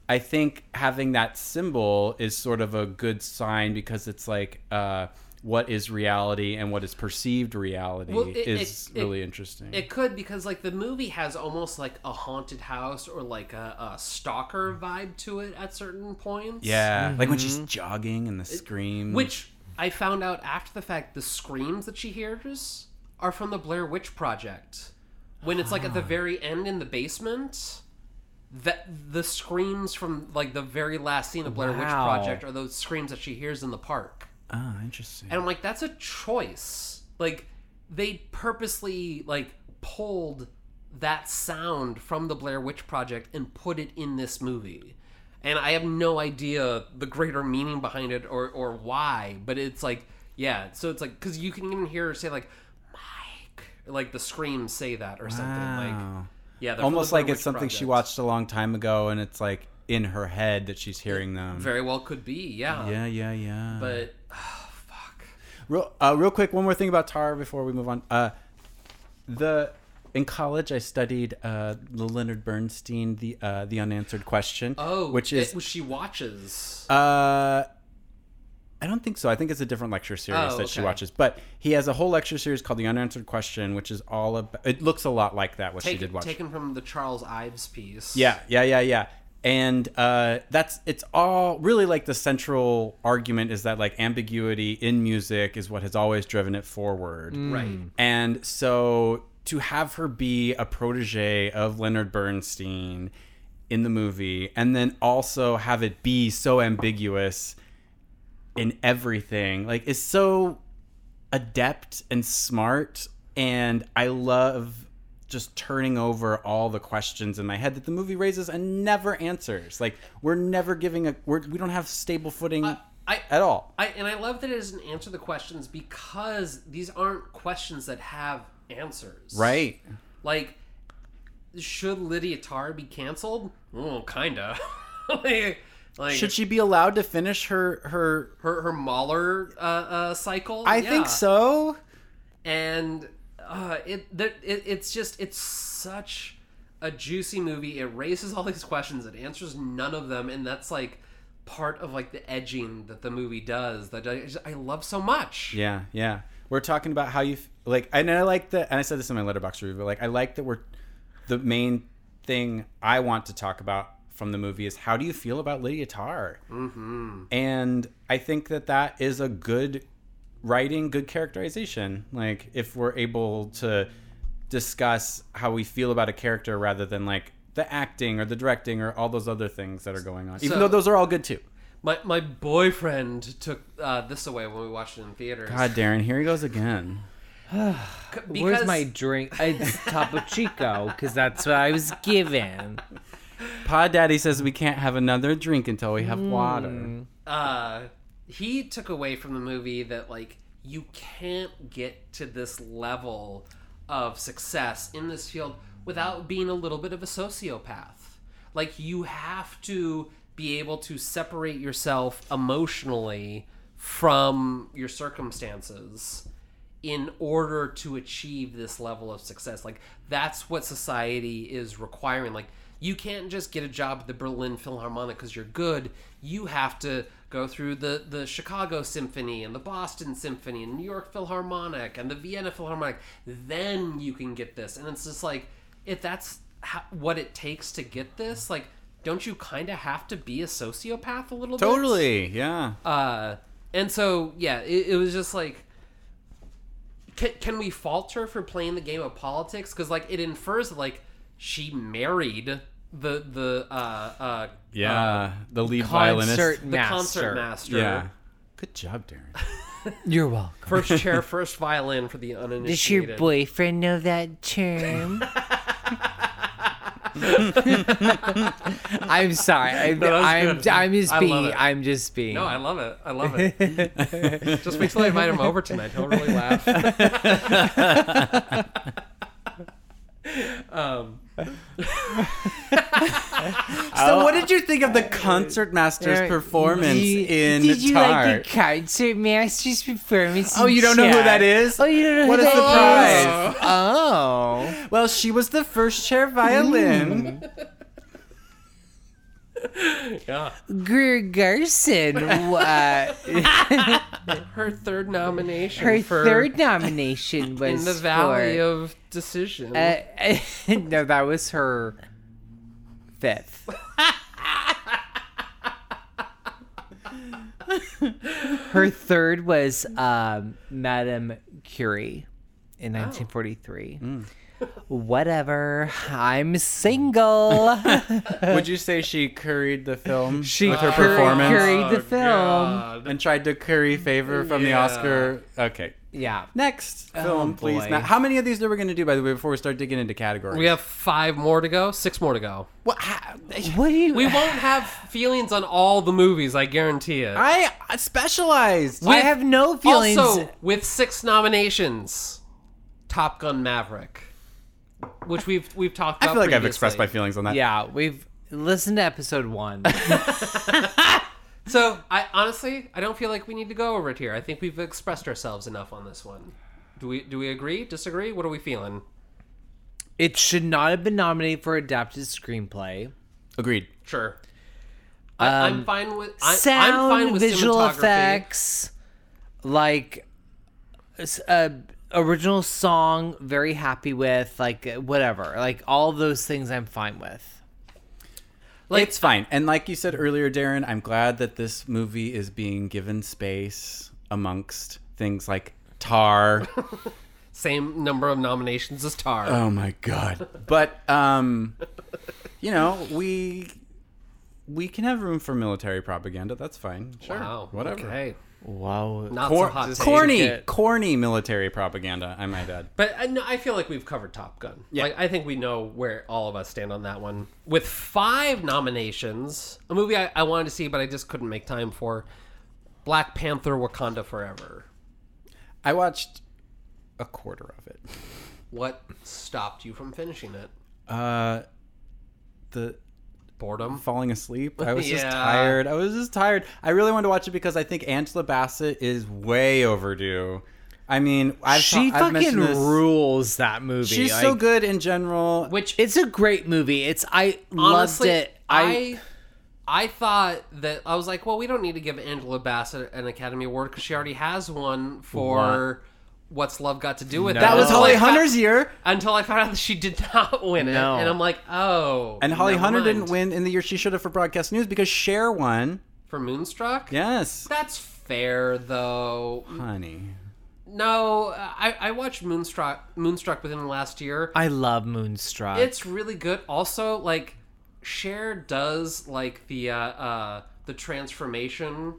S3: I think having that symbol is sort of a good sign because it's like uh, what is reality and what is perceived reality
S4: Well, it-
S3: is
S4: it- it-
S3: really interesting.
S4: it could because like the movie has almost like a haunted house or like a, a stalker vibe to it at certain points.
S3: yeah, like when she's jogging and the scream.
S4: Mm-hmm. Which I found out after the fact, the screams that she hears are from the Blair Witch Project. When it's like at the very end in the basement, that the screams from like the very last scene of Blair Witch
S1: Wow.
S4: Project are those screams that she hears in the park.
S3: ah, interesting.
S4: and I'm like, that's a choice. Like they purposely like pulled that sound from the Blair Witch Project and put it in this movie. And I have no idea the greater meaning behind it or, or why, but it's like, yeah. So it's like, because you can even hear her say, like, Mike, or, like the screams say that or something. Like,
S3: Wow.
S4: yeah. they're from
S3: Almost
S4: the Blair
S3: like it's
S4: Witch
S3: something she
S4: Project.
S3: watched a long time ago, and it's like in her head that she's hearing them.
S4: Very well could be, yeah.
S3: yeah, yeah, yeah.
S4: Um, But, *sighs* oh, fuck.
S3: Real, uh, real quick, one more thing about Tar before we move on. Uh, the in college, I studied uh, the Leonard Bernstein, the uh, the unanswered question.
S4: Oh,
S3: which
S4: it-
S3: is
S4: she watches.
S3: uh, I don't think so. I think it's a different lecture series
S4: Oh,
S3: that she
S4: okay.
S3: watches. But he has a whole lecture series called the unanswered question, which is all about. It looks a lot like that. What she did
S4: Taken,
S3: watch.
S4: taken from the Charles Ives piece.
S3: Yeah, yeah, yeah, yeah. And uh, that's it's all really like the central argument is that like ambiguity in music is what has always driven it forward.
S4: Right.
S3: And so to have her be a protege of Leonard Bernstein in the movie, and then also have it be so ambiguous in everything, like is so adept and smart. And I love just turning over all the questions in my head that the movie raises and never answers. Like we're never giving a we're, we don't have stable footing
S4: I-
S3: at all.
S4: I, and I love that it doesn't answer the questions because these aren't questions that have answers.
S3: Right.
S4: Like, should Lydia Tar be canceled? Oh, kinda. *laughs* like, like
S3: Should she be allowed to finish her her
S4: her her Mahler uh, uh, cycle?
S3: I
S4: Yeah.
S3: think so.
S4: and uh, it, the, it it's just it's such a juicy movie. It raises all these questions. It answers none of them, and that's like part of like the edging that the movie does that I, just- I love so much.
S3: Yeah, yeah. We're talking about how you f- like, and I like that. And I said this in my letterbox review, but like, I like that we're the main thing I want to talk about from the movie is how do you feel about Lydia Tarr? Mm-hmm. And I think that that is a good writing, good characterization. Like, if we're able to discuss how we feel about a character rather than like the acting or the directing or all those other things that are going on, even
S4: So-
S3: though those are all good too.
S4: My my boyfriend took uh, this away when we watched it in theaters.
S3: God, Darren, here he goes again.
S4: C-
S1: Where's my drink? It's Topo Chico because that's what I was given.
S3: Pod Daddy says we can't have another drink until we have
S1: Hmm.
S3: water.
S4: uh, he took away from the movie that like you can't get to this level of success in this field without being a little bit of a sociopath. Like you have to be able to separate yourself emotionally from your circumstances in order to achieve this level of success. Like that's what society is requiring. Like you can't just get a job at the Berlin Philharmonic because you're good. You have to go through the the Chicago Symphony and the Boston Symphony and New York Philharmonic and the Vienna Philharmonic. Then you can get this. And it's just like if that's how, what it takes to get this, like don't you kind of have to be a sociopath a little bit?
S3: Totally, yeah.
S4: Uh, and so yeah, it, it was just like, can, can we falter for playing the game of politics? Because like it infers that, like she married the the uh uh uh,
S3: yeah, the lead
S1: Concert
S3: violinist.
S4: the concert master.
S3: Yeah. Good job, Darren.
S1: You're welcome.
S4: First chair, first violin for the uninitiated.
S1: Does your boyfriend know that *laughs* term? I'm sorry. I'm
S4: No, that's
S1: I'm,
S4: good.
S1: I'm just
S4: I love
S1: being.
S4: it.
S1: I'm just being.
S4: No, I love it. I love it.
S3: *laughs*
S4: Just wait till I invite him over tonight. He'll really laugh.
S3: *laughs*
S1: *laughs*
S4: um,
S3: So, what did you think of the concert master's
S1: Eric,
S3: performance
S1: you-
S3: in
S1: Did you
S3: Tar?
S1: like the concert master's performance?
S3: Oh,
S1: in
S3: you don't know who
S1: Tar?
S3: that is?
S1: Oh, you don't know
S3: What
S1: who
S3: a
S1: that is? Oh,
S3: well, she was the first chair
S1: Hmm.
S3: violin.
S4: yeah.
S1: Greer Garson, *laughs* uh,
S4: Her third nomination.
S1: her
S4: for
S1: third nomination was
S4: in the valley
S1: for,
S4: of decision.
S1: uh, *laughs* no, that was her fifth. her third was um, Madame Curie in 1943. Whatever, I'm *laughs* single.
S3: Would you say she curried the
S1: *laughs*
S3: film
S1: She
S3: with her
S1: curried-
S3: performance
S1: curried- the film.
S4: Oh, God.
S3: and tried to curry favor from
S4: Yeah. Oh,
S3: the Oscar? Okay,
S1: Yeah.
S3: Next film, please.
S1: boy.
S3: Matt. How many of these are we going to do, by the way, before we start digging into categories?
S4: We have five more to go, six more to go.
S3: What, ha-
S1: What do you?
S4: We won't have feelings on all the movies, I guarantee it.
S3: I I specialized.
S1: I have no feelings.
S4: Also, with six nominations, Top Gun Maverick, which we've we've talked
S3: I
S4: about.
S3: feel like I've
S4: previously.
S3: expressed my feelings on that.
S1: yeah, we've listened to episode one.
S4: So I honestly, I don't feel like we need to go over it here. I think we've expressed ourselves enough on this one. Do we do we agree? Disagree? What are we feeling?
S1: it should not have been nominated for adapted screenplay.
S3: Agreed.
S4: Sure. I,
S3: Um,
S4: I'm fine with I,
S1: Sound,
S4: I'm fine with
S1: visual
S4: cinematography.
S1: effects, like s- uh, original song. Very happy with like uh, whatever. Like all those things, I'm fine with.
S4: Like,
S3: it's fine. And like you said earlier, Darren, I'm glad that this movie is being given space amongst things like Tar.
S4: Same number of nominations as Tar.
S3: oh my god. But um you know, we we can have room for military propaganda. That's fine. Sure.
S4: wow.
S3: Whatever.
S4: Okay.
S1: Wow.
S4: Not
S3: Cor-
S4: so hot. take.
S3: corny,
S1: Take it.
S3: corny military propaganda, I might add.
S4: But I, no, I feel like we've covered Top Gun.
S3: Yeah.
S4: Like I think we know where all of us stand on that one. With five nominations, a movie I, I wanted to see but I just couldn't make time for, Black Panther: Wakanda Forever.
S3: I watched a quarter of it.
S4: What stopped you from finishing it?
S3: Uh the
S4: Boredom.
S3: falling asleep. I was just
S4: Yeah.
S3: tired. I was just tired. I really wanted to watch it because I think Angela Bassett is way overdue. I mean, I've
S1: She
S3: ta-
S1: fucking
S3: I've mentioned this.
S1: rules that movie.
S3: She's so
S1: like,
S3: good in general.
S4: Which
S1: It's a great movie. It's I
S4: honestly,
S1: loved it. I,
S4: I I thought that I was like, well, we don't need to give Angela Bassett an Academy Award because she already has one for What's Love Got to Do with It.
S3: that was
S4: Until
S3: Holly
S4: I fou-
S3: Hunter's year,
S4: until I found out that she did not *laughs* win it,
S1: No.
S4: and I'm like, oh.
S3: and Holly
S4: never
S3: Hunter
S4: mind.
S3: didn't win in the year she should have for Broadcast News because Cher won.
S4: for Moonstruck.
S3: Yes,
S4: that's fair though.
S3: honey.
S4: No, I, I watched Moonstruck Moonstruck within the last year.
S1: I love Moonstruck.
S4: It's really good. Also, like Cher does like the uh, uh the transformation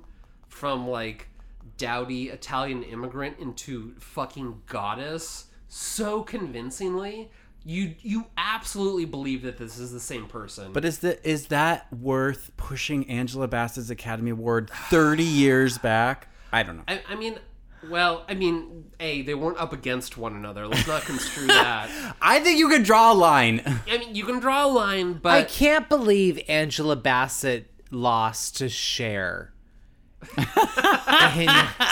S4: from like dowdy Italian immigrant into fucking goddess so convincingly. You you absolutely believe that this is the same person.
S3: But is the is that worth pushing Angela Bassett's Academy Award thirty years back? I don't know.
S4: I, I mean, well, I mean, a they weren't up against one another. Let's not
S1: *laughs*
S4: construe that.
S3: I think you could draw a line.
S4: I mean, you can draw a line, but
S1: I can't believe Angela Bassett lost to Cher. In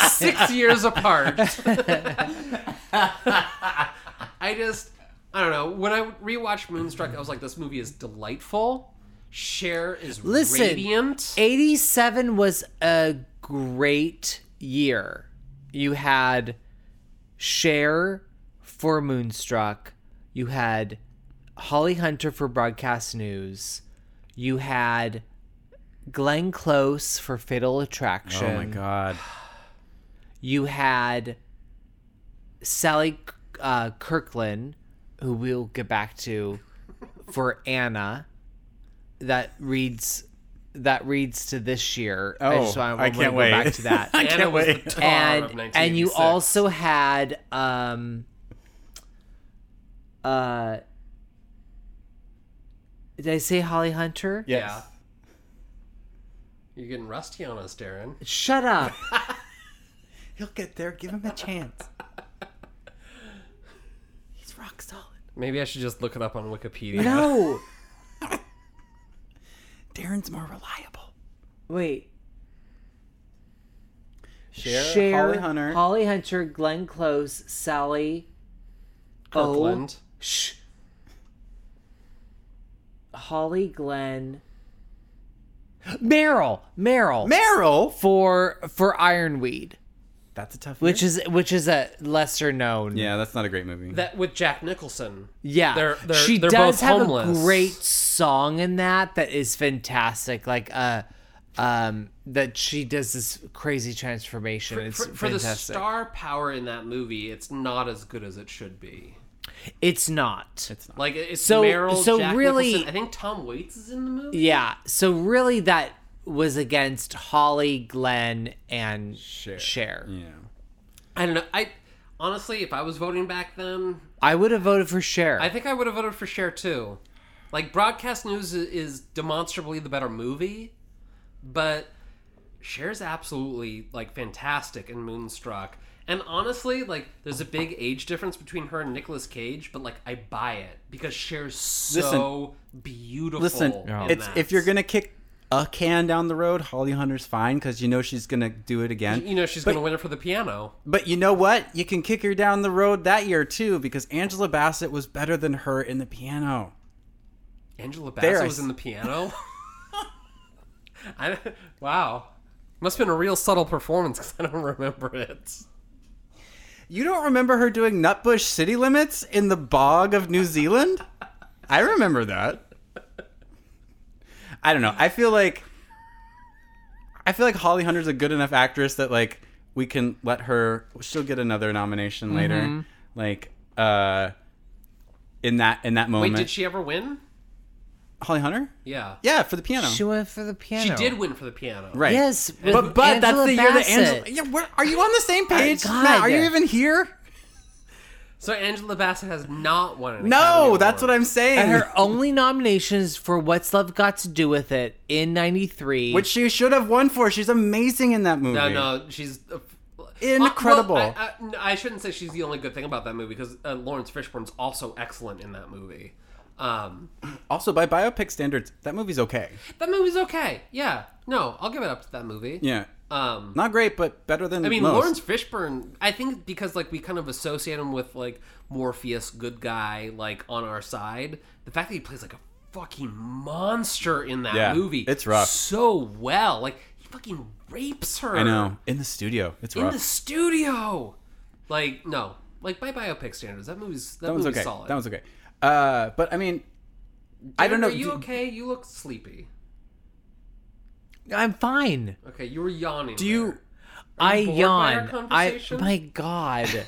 S4: six
S1: *laughs*
S4: years apart. I just, I don't know. When I rewatched Moonstruck, I was like, this movie is delightful. Cher is
S1: Listen,
S4: radiant.
S1: 87 was a great year. You had Cher for Moonstruck. You had Holly Hunter for Broadcast News. You had Glenn Close for Fatal Attraction.
S3: Oh my god.
S1: You had Sally uh, Kirkland, who we'll get back to, for Anna. That reads that reads to this year. I,
S3: Oh,
S1: just wanna-
S3: I
S1: wanna
S3: can't
S1: go
S3: wait.
S1: back to that.
S3: *laughs* I
S4: Anna
S3: can't
S4: was the
S3: wait.
S4: tar of
S1: and and you
S4: 1986.
S1: also had um uh did I say Holly Hunter?
S4: yeah. You're getting rusty on us, Darren.
S1: Shut
S3: *laughs*
S1: up.
S3: He'll get there. Give him a chance. He's rock solid.
S4: Maybe I should just look it up on Wikipedia.
S1: No.
S3: Darren's more reliable.
S1: Wait.
S3: Cher,
S1: Cher,
S3: Holly Hunter.
S1: Holly Hunter, Glenn Close, Sally.
S4: Kirkland.
S1: Oh, shh. Holly Glenn. Meryl, Meryl,
S3: Meryl.
S1: for for Ironweed,
S3: That's a tough.
S1: which is which is a lesser known.
S3: yeah, that's not a great movie.
S4: That with Jack Nicholson.
S1: Yeah,
S4: They're- they're-
S1: she
S4: they're
S1: does
S4: both
S1: have
S4: homeless.
S1: a great song in that that is fantastic. Like uh, um, that she does this crazy transformation. it's
S4: For, for the
S1: fantastic.
S4: star power in that movie, it's not as good as it should be.
S1: It's not. It's not.
S4: Like it's
S1: So-
S4: Meryl,
S1: so
S4: Jack
S1: really-
S4: Nicholson. I think Tom Waits is in the movie.
S1: Yeah. So really, that was against Holly, Glenn, and Cher. Mm.
S3: Yeah.
S4: I don't know. I honestly, if I was voting back then,
S1: I would have voted for Cher.
S4: I think I would have voted for Cher too. Like broadcast news i- is demonstrably the better movie, but Cher's absolutely like fantastic in Moonstruck. And honestly, like there's a big age difference between her and Nicolas Cage, but like I buy it because Cher's so beautiful.
S3: Listen,
S4: in
S3: it's
S4: that.
S3: if you're gonna kick a can down the road, Holly Hunter's fine because you know she's gonna do it again.
S4: you know she's gonna win it for the piano.
S3: But you know what? You can kick her down the road that year too because Angela Bassett was better than her in the piano.
S4: Angela
S3: There,
S4: Bassett
S3: I
S4: was
S3: s-
S4: in
S3: *laughs*
S4: the piano. I, wow, must have been a real subtle performance because I don't remember it.
S3: You don't remember her doing Nutbush City Limits in the bog of New Zealand? I remember that. I don't know. I feel like I feel like Holly Hunter's a good enough actress that like we can let her she'll get another
S1: Mm-hmm.
S3: nomination later. Like uh in that in that
S4: Wait,
S3: moment.
S4: did she ever win?
S3: Holly Hunter?
S4: Yeah,
S3: Yeah, for the piano.
S1: She went for the piano.
S4: she did win for the piano.
S3: right.
S1: Yes,
S3: But but that's
S1: Angela
S3: the year that Angela
S1: Bassett.
S3: Yeah, where, are you on the same page?
S1: God.
S3: Matt, are you even here?
S4: So Angela Bassett has not won an
S3: No,
S4: Academy
S3: that's what
S4: Award.
S3: I'm saying.
S1: And her only nominations for What's Love Got to Do with It in '93.
S3: which she should have won for. She's amazing in that movie.
S4: No, no, she's uh,
S3: Incredible.
S4: well, I, I- no, I shouldn't say she's the only good thing about that movie because uh, Lawrence Fishburne's also excellent in that movie. Um,
S3: Also, by biopic standards, that movie's okay.
S4: that movie's okay. Yeah, no, I'll give it up to that movie.
S3: Yeah,
S4: Um,
S3: not great, but better than
S4: I mean,
S3: most.
S4: Lawrence Fishburne. I think because like we kind of associate him with like Morpheus, good guy, like on our side. The fact that he plays like a fucking monster in that
S3: Yeah,
S4: movie,
S3: it's rough.
S4: So well, like he fucking rapes her.
S3: I know in the studio, it's
S4: in
S3: rough.
S4: the studio. Like no, like by biopic standards, that movie's that,
S3: that one's
S4: movie's
S3: okay.
S4: solid.
S3: That one's okay. Uh, but I mean, I don't know.
S4: Are you
S3: do,
S4: okay? You look sleepy.
S1: I'm fine.
S4: Okay, you were yawning.
S3: do you?
S1: I
S4: bored by our
S1: yawn. I
S4: conversation?
S1: my
S4: *laughs*
S1: God.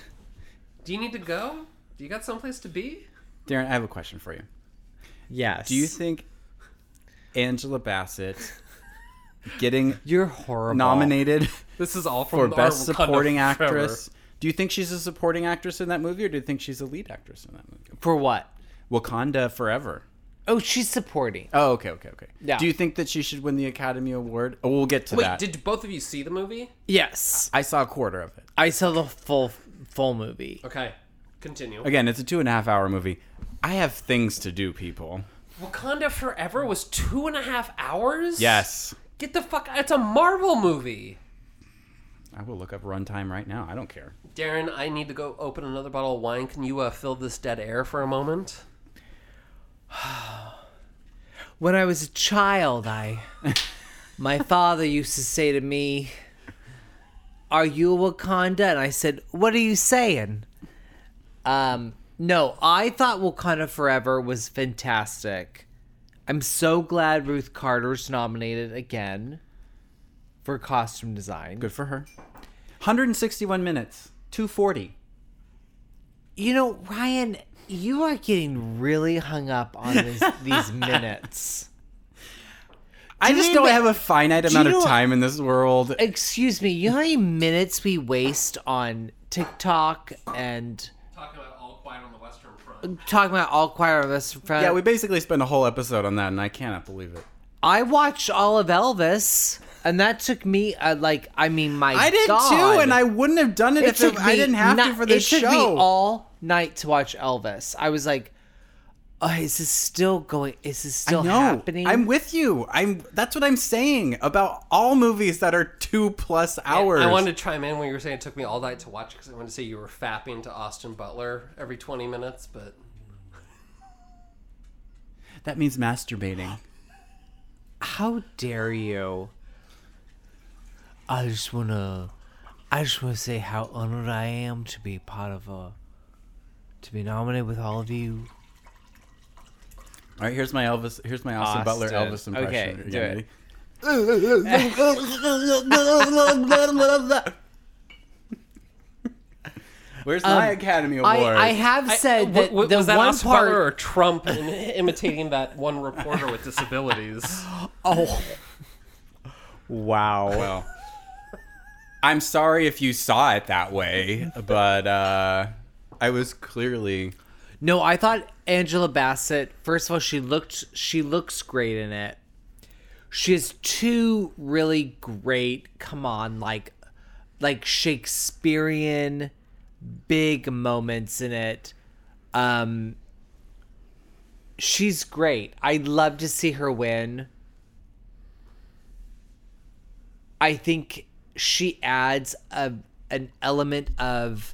S4: Do you need to go? Do you got someplace to be?
S3: Darren, I have a question for you.
S1: yes.
S3: Do you think Angela
S4: *laughs*
S3: Bassett getting
S1: you're horrible?
S3: nominated
S4: This is all
S3: for
S4: from our
S3: best
S4: kind of
S3: supporting
S4: forever.
S3: actress? Do you think she's a supporting actress in that movie, or do you think she's a lead actress in that movie?
S1: for what?
S3: Wakanda Forever.
S1: Oh, she's supporting.
S3: Oh, okay, okay, okay.
S1: Yeah.
S3: Do you think that she should win the Academy Award? Oh, we'll get to
S4: Wait,
S3: that.
S4: did both of you see the movie?
S1: Yes,
S3: I saw a quarter of it.
S1: I saw the full full movie.
S4: Okay, continue.
S3: Again, it's a two and a half hour movie. I have things to do, people.
S4: Wakanda Forever was two and a half hours?
S3: Yes.
S4: Get the fuck It's a Marvel movie.
S3: I will look up runtime right now. I don't care.
S4: Darren, I need to go open another bottle of wine. Can you uh, fill this dead air for a moment?
S1: When I was a child, I my father used to say to me, "Are you a Wakanda?" And I said, "What are you saying?" Um, no, I thought Wakanda Forever was fantastic. I'm so glad Ruth Carter's nominated again for costume design.
S3: Good for her. 161 minutes. 240.
S1: You know, Ryan, you are getting really hung up on this, these minutes.
S3: I just
S1: you
S3: know I
S1: admit-
S3: have a finite amount
S1: you
S3: of
S1: know-
S3: time in this world.
S1: Excuse me, you know how many minutes we waste on TikTok and
S4: Talking about All Quiet on the Western Front.
S1: talking about all choir of us front?
S3: Yeah, we basically spent a whole episode on that, and I cannot believe it.
S1: I watched all of Elvis, and that took me uh, like I mean my
S3: I did
S1: God.
S3: too, and I wouldn't have done it,
S1: It
S3: if it,
S1: took
S3: I
S1: me
S3: didn't have
S1: ni-
S3: to for this
S1: It took
S3: show.
S1: me all night to watch Elvis. I was like, oh, is this still going? Is this still happening?
S3: I'm with you. I'm. That's what I'm saying about all movies that are two plus hours.
S4: I wanted to chime in when you were saying it took me all night to watch because I wanted to say you were fapping to Austin Butler every 20 minutes, but
S3: That means masturbating.
S1: How dare you? I just wanna, I just wanna say how honored I am to be part of a, to be nominated with all of you.
S3: All right, here's my Elvis. Here's my Austin, Butler
S1: Austin.
S3: Elvis impression.
S1: Ah, Okay,
S3: Yeah,
S1: do it.
S3: ready? *laughs* Where's my Academy
S1: Um, I,
S3: Award?
S1: I have said
S4: W-
S1: that
S4: w-
S1: the
S4: was that
S1: one
S4: Austin
S1: part.
S4: Butler or Trump in- imitating that one reporter with
S1: *laughs*
S4: disabilities?
S1: Oh,
S3: wow. Well, I'm sorry if you saw it that way, but uh, I was clearly.
S1: No, I thought Angela Bassett. First of all, she looked she looks great in it. She has two really great, come on, like like Shakespearean big moments in it. Um she's great. I'd love to see her win. I think she adds a an element of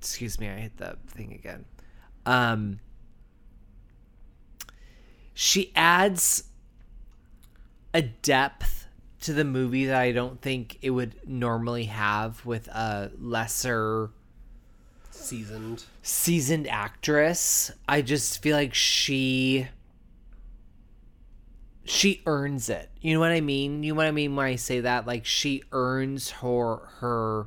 S1: excuse me, I hit the thing again um she adds a depth to the movie that I don't think it would normally have with a lesser
S4: seasoned.
S1: seasoned actress. I just feel like she she earns it. You know what I mean? You know what I mean when I say that? Like she earns her her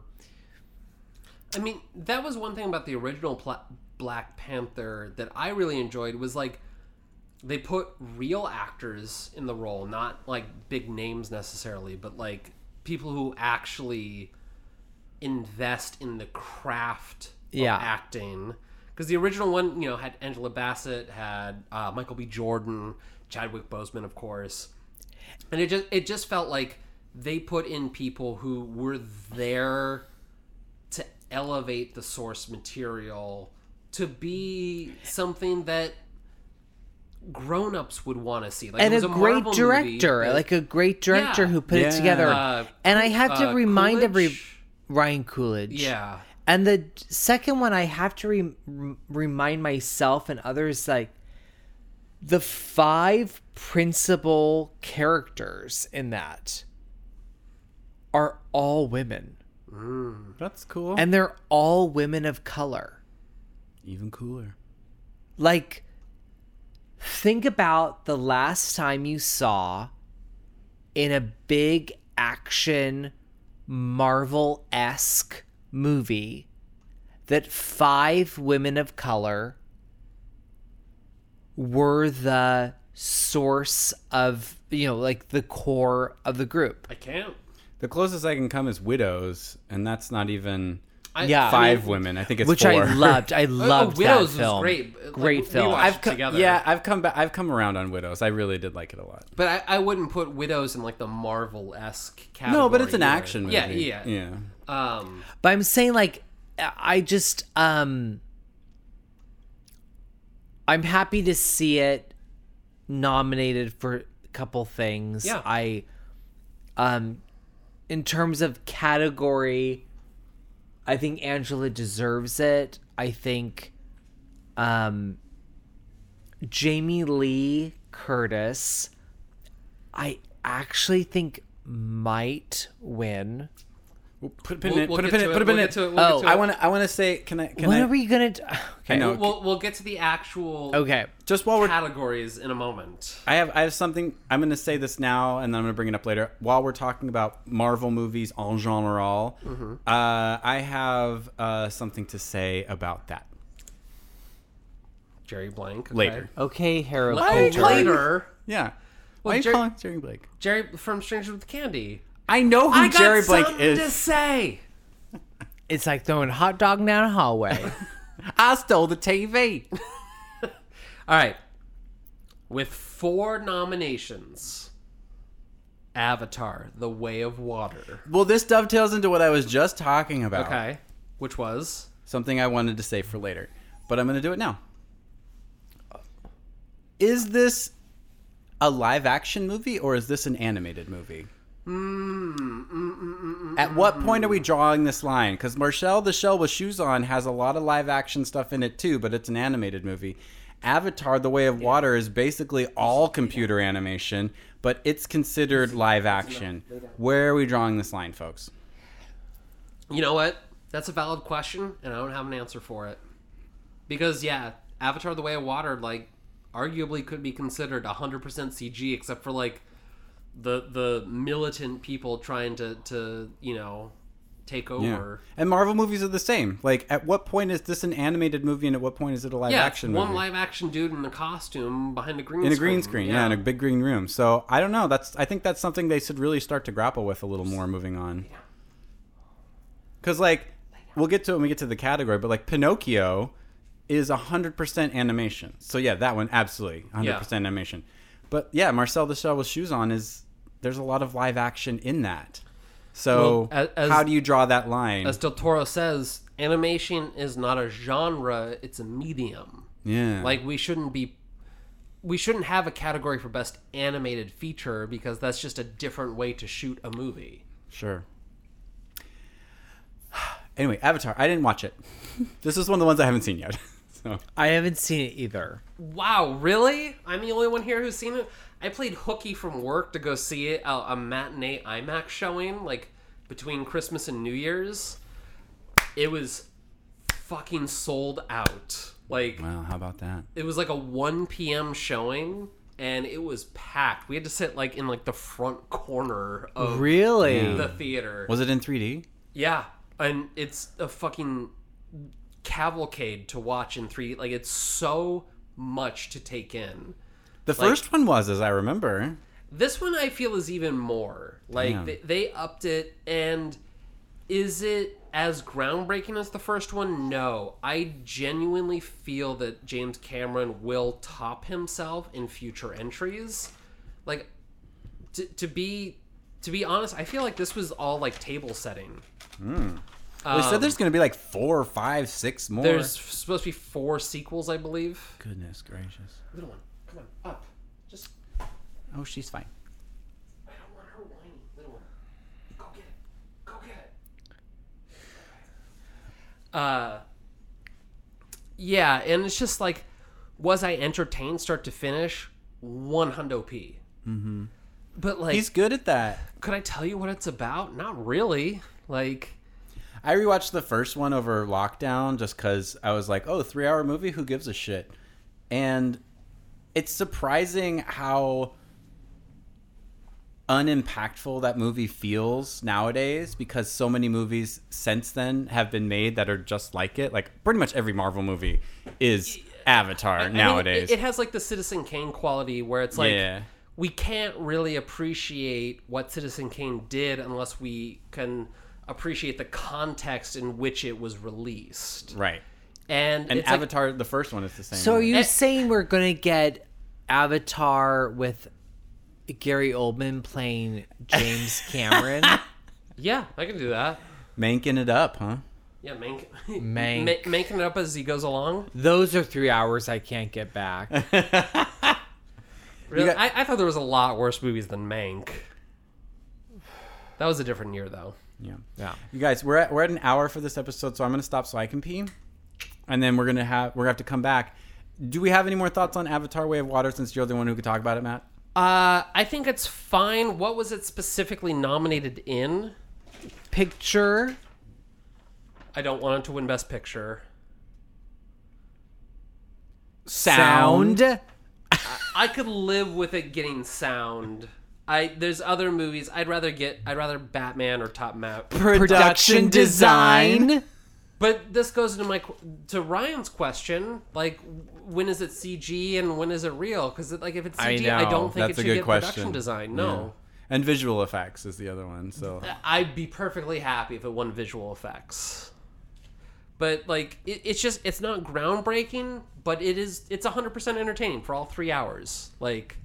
S4: I mean, that was one thing about the original pla- Black Panther that I really enjoyed was like they put real actors in the role, not like big names necessarily, but like people who actually invest in the craft
S1: Yeah.
S4: of acting. Because the original one, you know, had Angela Bassett, had uh, Michael B. Jordan, Chadwick Boseman, of course, and it just it just felt like they put in people who were there to elevate the source material to be something that grown-ups would want to see like
S1: and
S4: it
S1: a,
S4: was a,
S1: great
S4: Marvel
S1: director,
S4: movie, but-
S1: like a great director
S4: Yeah.
S1: who put
S3: Yeah.
S1: it together.
S4: Uh,
S1: and I have to
S4: uh,
S1: remind every
S4: Coolidge?
S1: Ryan Coolidge.
S4: yeah
S1: And the second one, I have to re- re- remind myself and others like the five principal characters in that are all women,
S3: That's cool.
S1: and they're all women of color.
S3: Even cooler.
S1: Like, think about the last time you saw in a big action Marvel esque movie that five women of color were the source of, you know, like the core of the group.
S4: i can't
S3: The closest I can come is widows, and that's not even
S4: I,
S1: Yeah.
S4: I
S3: five
S4: mean,
S3: women. I think it's
S1: Which
S3: four.
S1: I loved.
S4: *laughs*
S1: I
S4: oh,
S1: loved
S4: Widows
S1: that
S4: was
S1: film.
S4: great, but, like,
S1: great
S4: we
S1: film.
S4: watched
S1: I've
S4: it
S1: co-
S4: together.
S3: Yeah, *laughs* I've come back. I've come around on widows. I really did like it a lot.
S4: but I, I wouldn't put widows in like the marvel-esque category
S3: No, but it's an
S4: either.
S3: action movie.
S4: yeah yeah
S3: yeah.
S4: um
S1: But I'm saying like I just um I'm happy to see it nominated for a couple things.
S4: Yeah.
S1: I um in terms of category I think Angela deserves it. I think um Jamie Lee Curtis I actually think might win.
S3: We'll Put a pin
S4: we'll,
S3: in it.
S4: we'll
S3: Put a
S4: get
S3: pin
S4: to
S3: in it.
S4: it,
S3: Put a
S4: we'll
S3: pin in
S4: get to it,
S3: it.
S4: we'll get
S1: Oh,
S4: to
S3: I
S4: it.
S3: want to. I want to say. Can I? Can
S1: When
S3: I?
S1: are we gonna? t- *sighs* Okay.
S3: I know.
S4: we'll, we'll get to the actual
S3: Oh.
S1: Okay.
S3: Just while we're
S4: categories in a moment
S3: I have I have something I'm going to say this now and then I'm going to bring it up later. While we're talking about Marvel movies en general,
S4: Mm-hmm.
S3: uh, I have uh, something to say about that
S4: jerry blank okay.
S3: later.
S1: Okay, Harold.
S4: Oh,
S1: Pinter.
S4: later
S3: Yeah. Why are you
S4: Jer-
S3: calling Jerry Blake?
S4: Jerry from Stranger with Candy.
S3: I know who
S4: I got
S3: Jerry Blake
S4: something to
S3: is.
S4: say.
S1: It's like throwing a hot dog down a *laughs* hallway.
S3: I stole the TV.
S4: All right. With four nominations, Avatar: The Way of Water.
S3: well, this dovetails into what I was just talking about.
S4: Okay, which was
S3: Something I wanted to say for later, but I'm going to do it now. Is this a live action movie or is this an animated movie? At what point are we drawing this line? Because Marcel the Shell with Shoes On has a lot of live action stuff in it too, but it's an animated movie. Avatar The Way of Water is basically all computer animation, but it's considered live action. Where are we drawing this line, folks?
S4: you know what? That's a valid question, and I don't have an answer for it. Because yeah, Avatar: The Way of Water, like, arguably could be considered 100% CG, except for like the the militant people trying to to you know take over.
S3: And Marvel movies are the same. Like, at what point is this an animated movie, and at what point is it a live
S4: Yeah,
S3: action
S4: one
S3: movie?
S4: live action dude in a costume behind a green
S3: in a
S4: screen.
S3: green screen, yeah. in a big green room. So I don't know. That's I think that's something they should really start to grapple with a little more moving on. Because like we'll get to it when we get to the category, but like Pinocchio is hundred percent animation. So yeah, that one absolutely hundred
S4: Yeah.
S3: percent animation. But yeah, Marcel the Shell with shoes on is there's a lot of live action in that. So
S4: Well, a- as-
S3: how do you draw that line?
S4: As Del Toro says, animation is not a genre, it's a medium.
S3: yeah,
S4: Like we shouldn't be we shouldn't have a category for best animated feature because that's just a different way to shoot a movie.
S3: Sure. *sighs* Anyway, Avatar. I didn't *laughs* watch it. this is one of the ones I haven't seen yet. *laughs* so
S1: I haven't seen it either.
S4: Wow, really? I'm the only one here who's seen it. I played hooky from work to go see it uh, a matinee IMAX showing like between Christmas and New Year's. It was fucking sold out. Like
S3: well, how about that?
S4: it was like a 1 p.m. showing and it was packed. We had to sit like in like the front corner of
S1: Really?
S4: the theater.
S3: Was it in 3D?
S4: Yeah, and it's a fucking cavalcade to watch in 3D. Like it's so much to take in.
S3: The first one was, as I remember.
S4: This one I feel is even more. Like
S3: Damn.
S4: they, they upped it and is it as groundbreaking as the first one? No. I genuinely feel that James Cameron will top himself in future entries. Like to, to be to be honest, I feel like this was all like table setting.
S3: they said there's going to be like four, five, six more.
S4: There's supposed to be four sequels, I believe.
S3: Goodness gracious.
S4: Little one, come on, up. Just
S3: Oh, she's fine.
S4: I don't want her whiny. Little one, go get it. Go get it. Uh, yeah, and it's just like, was I entertained start to finish? One hundo p. Mm-hmm. But like,
S3: He's good at that.
S4: could I tell you what it's about? Not really. Like,
S3: I rewatched the first one over lockdown just because I was like, oh, three hour movie? Who gives a shit? And it's surprising how unimpactful that movie feels nowadays because so many movies since then have been made that are just like it. Like, pretty much every Marvel movie is Avatar
S4: I mean,
S3: nowadays.
S4: it, it has like the Citizen Kane quality where it's like
S3: Yeah.
S4: we can't really appreciate what Citizen Kane did unless we can appreciate the context in which it was released.
S3: right.
S4: And,
S3: And
S4: it's like,
S3: Avatar, the first one, is the same.
S1: So are
S3: way.
S1: you
S4: Eh.
S1: saying we're gonna get Avatar with Gary Oldman playing *laughs* James Cameron?
S4: yeah, I can do that.
S3: Manking it up, huh?
S4: Yeah, Mank, *laughs*
S1: Mank.
S4: Ma- making it up as he goes along.
S1: Those are three hours I can't get back.
S4: Really,
S3: got-
S4: I, I thought there was a lot worse movies than Mank. That was a different year, though.
S3: Yeah.
S1: *laughs* Yeah.
S3: You guys, we're at, we're at an hour for this episode, so I'm gonna stop so I can pee, and then we're gonna have we're gonna have to come back. Do we have any more thoughts on Avatar: Way of Water? Since you're the one who could talk about it, Matt.
S4: Uh, I think it's fine. What was it specifically nominated in?
S1: Picture
S4: I don't want it to win Best Picture.
S1: sound.
S4: I could live with it getting sound. I there's other movies I'd rather get. I'd rather Batman or Top Map.
S1: production design.
S4: But this goes into my qu- to Ryan's question, like w- when is it CG and when is it real? Because like if it's
S1: I
S4: CG, I,
S1: know,
S4: don't think it
S3: That's a
S4: should
S3: good
S4: get
S3: question.
S4: production design. No,
S3: Yeah. And visual effects is the other one. So
S4: I'd be perfectly happy if it won visual effects. But like it, it's just it's not groundbreaking, but it is it's 100% entertaining for all 3 hours. Like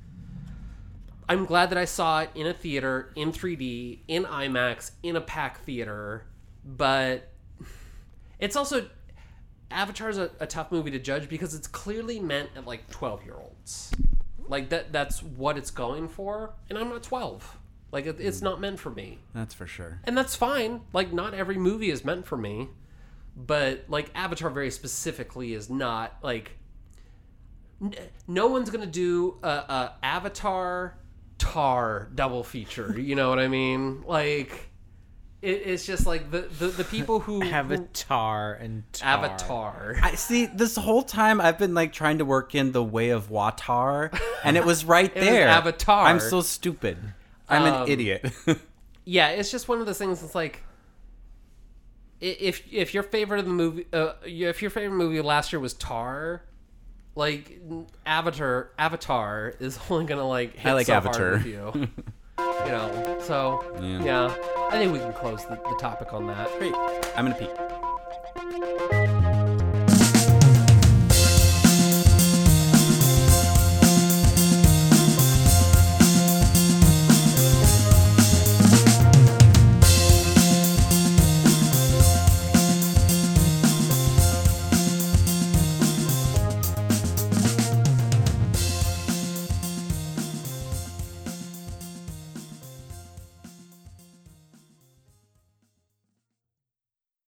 S4: I'm glad that I saw it in a theater in 3D, in IMAX, in a packed theater, but it's also Avatar's a, a tough movie to judge because it's clearly meant at like 12 year olds. Like that that's what it's going for, and I'm not 12. Like it, it's not meant for me
S3: that's for sure.
S4: and that's fine. Like, not every movie is meant for me, but like Avatar very specifically is not like. N- no one's gonna do a, a Avatar Tar double feature. You know what I mean? Like, it, it's just like the the, the people who who-
S1: Avatar and tar.
S4: Avatar.
S3: I see. This whole time I've been like trying to work in the Way of Water, and it was
S4: *laughs*
S3: right
S4: was
S3: there.
S4: Avatar.
S3: I'm so stupid. I'm
S4: Um,
S3: an idiot. *laughs*
S4: yeah, it's just one of those things. It's like i- if if your favorite of the movie, uh, yeah, if your favorite movie last year was Tar, like n- Avatar, Avatar is *laughs* only gonna like hit
S3: like
S4: so
S3: Avatar. *laughs*
S4: Hard with you. you know. So
S3: Yeah.
S4: yeah, I think we can close the, the topic on that.
S3: Great. I'm gonna pee.